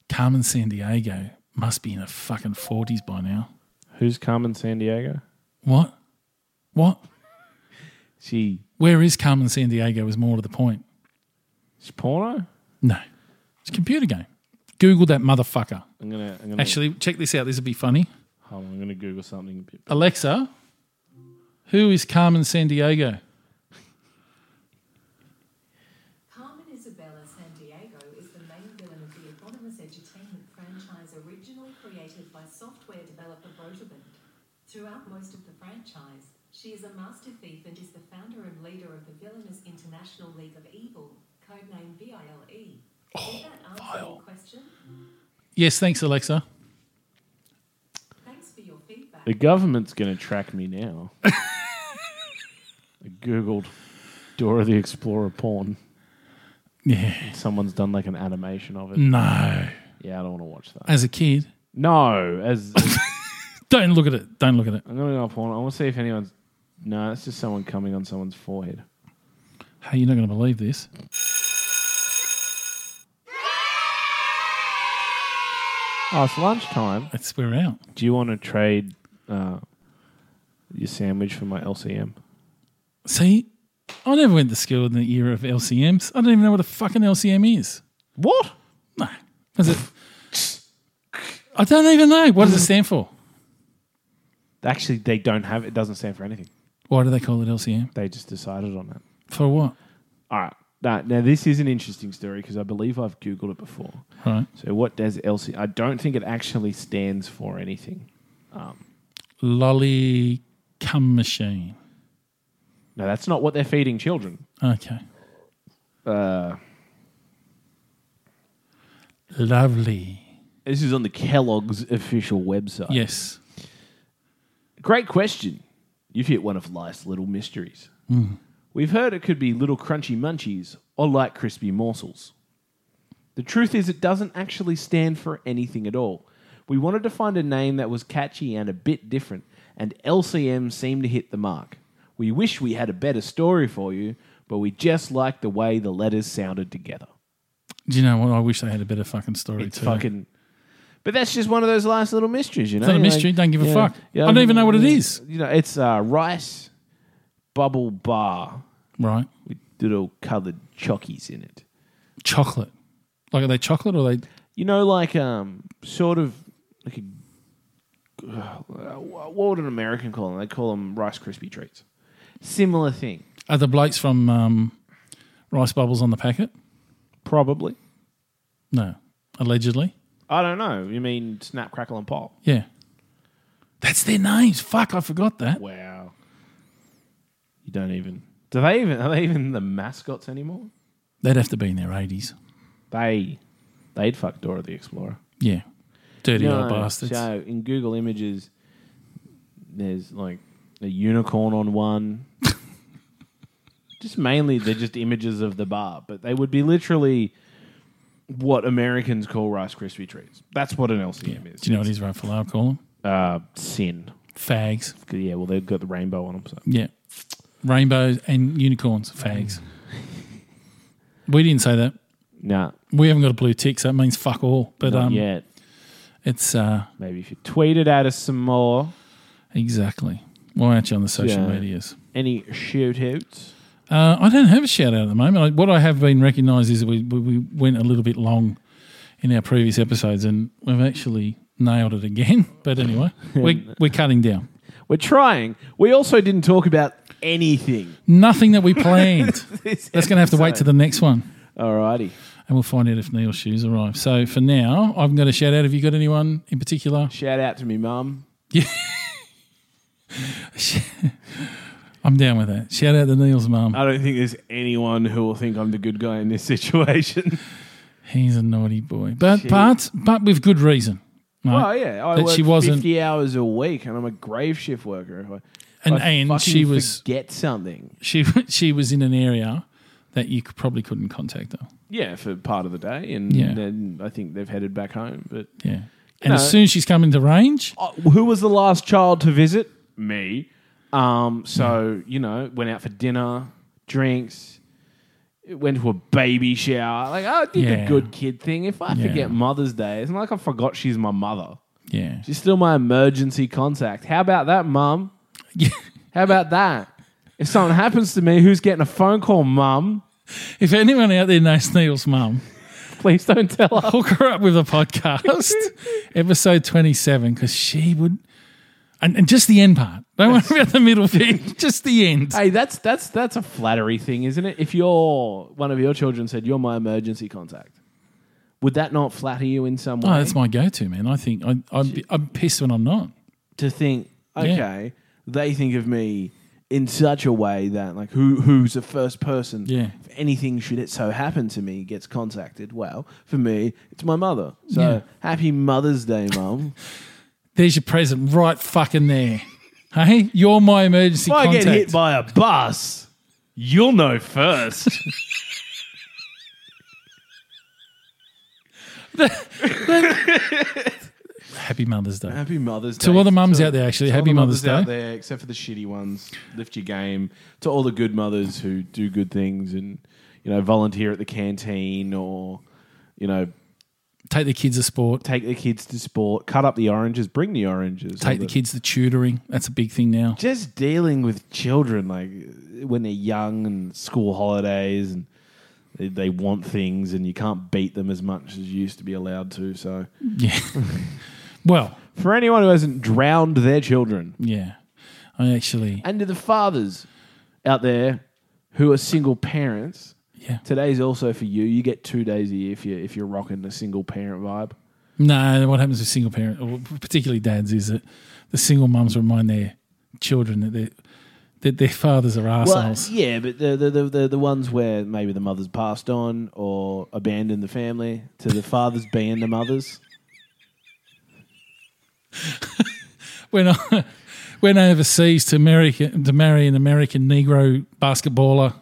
S4: Carmen San Diego must be in her fucking 40s by now.
S5: Who's Carmen San Diego?
S4: What? What?
S5: She
S4: Where is Carmen San Diego is more to the point.
S5: she's porno.
S4: No. It's a computer game. Google that motherfucker.
S5: I'm gonna. I'm gonna
S4: Actually, check this out. This would be funny.
S5: hold on, I'm gonna Google something. a bit-
S4: Alexa, who is Carmen San Diego?
S7: Carmen Isabella San Diego is the main villain of the eponymous edutainment franchise originally created by software developer Rotaband. Throughout most of the franchise, she is a master thief and is the founder and leader of the Villainous International League of Evil, codename VILE. E. Did that answer your question?
S4: Yes, thanks, Alexa.
S7: Thanks for your feedback.
S5: The government's gonna track me now. I googled Dora the Explorer porn.
S4: Yeah.
S5: Someone's done like an animation of it.
S4: No.
S5: Yeah, I don't want to watch that.
S4: As a kid,
S5: No, as
S4: don't look at it. Don't look at it.
S5: I'm gonna go up on. I want to see if anyone's. No, it's just someone coming on someone's forehead.
S4: Hey, you're not going to believe this.
S5: Oh, it's lunchtime.
S4: It's we're out.
S5: Do you want to trade uh, your sandwich for my LCM?
S4: See, I never went to school in the era of LCMs. I don't even know what a fucking LCM is.
S5: What?
S4: No. Was it? I don't even know. What does it stand for?
S5: Actually, they don't have. It doesn't stand for anything.
S4: Why do they call it LCM?
S5: They just decided on that.
S4: For what?
S5: All right. Now, now this is an interesting story because I believe I've googled it before.
S4: Right.
S5: So what does LC? I don't think it actually stands for anything.
S4: Lolly cum machine.
S5: No, that's not what they're feeding children.
S4: Okay. Uh, Lovely.
S5: This is on the Kellogg's official website.
S4: Yes.
S5: Great question. You've hit one of life's little mysteries. We've heard it could be little crunchy munchies or light crispy morsels. The truth is, it doesn't actually stand for anything at all. We wanted to find a name that was catchy and a bit different, and LCM seemed to hit the mark. We wish we had a better story for you, but we just like the way the letters sounded together.
S4: Do you know what? I wish they had a better fucking story
S5: It's
S4: too.
S5: fucking. But that's just one of those last little mysteries, you know.
S4: not a
S5: Like,
S4: mystery, don't give a
S5: yeah,
S4: fuck.
S5: yeah,
S4: I don't even know what it is.
S5: You know, it's uh, rice bubble bar
S4: right.
S5: with little coloured chockies in it.
S4: Chocolate. Like are they chocolate or are they
S5: You know, like um, sort of like a. Uh, what would an American call them? They call them Rice Krispie treats. Similar thing,
S4: are the blokes from um, Rice Bubbles on the packet?
S5: probably.
S4: No. Allegedly.
S5: I don't know. You mean snap, crackle, and pop?
S4: Yeah. That's their names. Fuck, I forgot that.
S5: Wow. You don't even. Do they even? Are they even the mascots anymore?
S4: They'd have to be in their eighties.
S5: They, they'd fuck Dora the Explorer.
S4: Yeah. Dirty old bastards.
S5: So in Google Images, there's like a unicorn on one. just mainly they're just images of the bar, but they would be literally what Americans call Rice Krispie treats. That's what an
S4: Yeah.
S5: LCM
S4: Do
S5: is.
S4: you know what his rightful I call them?
S5: Uh, sin.
S4: Fags.
S5: 'Cause, Yeah, well, they've got the rainbow on them. So.
S4: Yeah. Rainbows and unicorns, fags. we didn't say that.
S5: Nah,
S4: We haven't got a blue tick, so that means fuck all. But
S5: not
S4: um,
S5: yet.
S4: it's uh,
S5: Maybe if you tweet it at us some more.
S4: exactly. Why aren't you on the social
S5: Yeah.
S4: medias?
S5: Any shootouts?
S4: Uh, I don't have a shout out at the moment. I, what I have been recognised is that we, we, we went a little bit long in our previous episodes, and we've actually nailed it again. But anyway, we're, we're cutting down.
S5: We're trying. We also didn't talk about anything.
S4: Nothing that we planned.
S5: This
S4: That's going to have to wait
S5: episode.
S4: to the next one.
S5: Alrighty.
S4: And we'll find out if Neil's shoes arrive. So for now, I'm going to shout out. Have you got anyone in particular?
S5: Shout out to me, mum.
S4: I'm down with that. Shout out to Neil's mum.
S5: I don't think there's anyone who will think I'm the good guy in this situation.
S4: He's a naughty boy, but but but with good reason.
S5: oh
S4: right?
S5: yeah, I
S4: That
S5: work
S4: she wasn't-
S5: 50 hours a week, and I'm a grave shift worker. If I,
S4: And-
S5: I
S4: and
S5: fucking
S4: she was-
S5: forget something.
S4: She she was in an area that you could, probably couldn't contact her.
S5: Yeah, for part of the day, and
S4: Yeah.
S5: then I think they've headed back home. But
S4: Yeah. And
S5: No.
S4: as soon as she's come into range,
S5: Uh, who was the last child to visit? Me. Um, so, you know, went out for dinner, drinks, went to a baby shower. Like, I did
S4: Yeah.
S5: the good kid thing. If I
S4: Yeah.
S5: forget Mother's Day, it's not like I forgot she's my mother.
S4: yeah,
S5: She's still my emergency contact. How about that, mum? How about that? If something happens to me, who's getting a phone call, mum?
S4: If anyone out there knows Neil's mum,
S5: Please don't tell her.
S4: hook her up with a podcast, episode 27, because she would. And, and just the end part. Don't worry about the middle bit, just the end.
S5: Hey, that's that's that's a flattery thing, isn't it? If your one of your children said you're my emergency contact, would that not flatter you in some way?
S4: Oh, that's my go to, man. I think I, I'd be, I'm pissed when I'm not.
S5: to think, okay, they think of me in such a way that like who who's the first person?
S4: Yeah.
S5: If anything should it so happen to me gets contacted, well, for me, it's my mother. So
S4: Yeah.
S5: happy Mother's Day, Mum.
S4: There's your present right fucking there. Hey, you're my emergency
S5: if I
S4: contact.
S5: get hit by a bus, you'll know first.
S4: Happy Mother's Day.
S5: Happy Mother's Day.
S4: To all the mums out there, actually,
S5: to all
S4: happy
S5: the
S4: Mother's Day.
S5: out there, except for the shitty ones. Lift your game. To all the good mothers who do good things and, you know, volunteer at the canteen or, you know,
S4: Take the kids to sport.
S5: take the kids to sport, cut up the oranges, bring the oranges.
S4: Take the kids to tutoring. That's a big thing now.
S5: Just dealing with children, like when they're young and school holidays and they, they want things and you can't beat them as much as you used to be allowed to. So,
S4: Yeah. well,
S5: for anyone who hasn't drowned their children,
S4: yeah. I actually,
S5: and to the fathers out there who are single parents.
S4: Yeah.
S5: Today's also for you. You get two days a year if you if you're rocking the single parent vibe.
S4: No, what happens with single parent, or particularly dads, is that the single mums remind their children that they that their fathers are assholes.
S5: yeah, but the the, the the the ones where maybe the mother's passed on or abandoned the family to the fathers being the mothers.
S4: When I went overseas to America to marry an American Negro basketballer,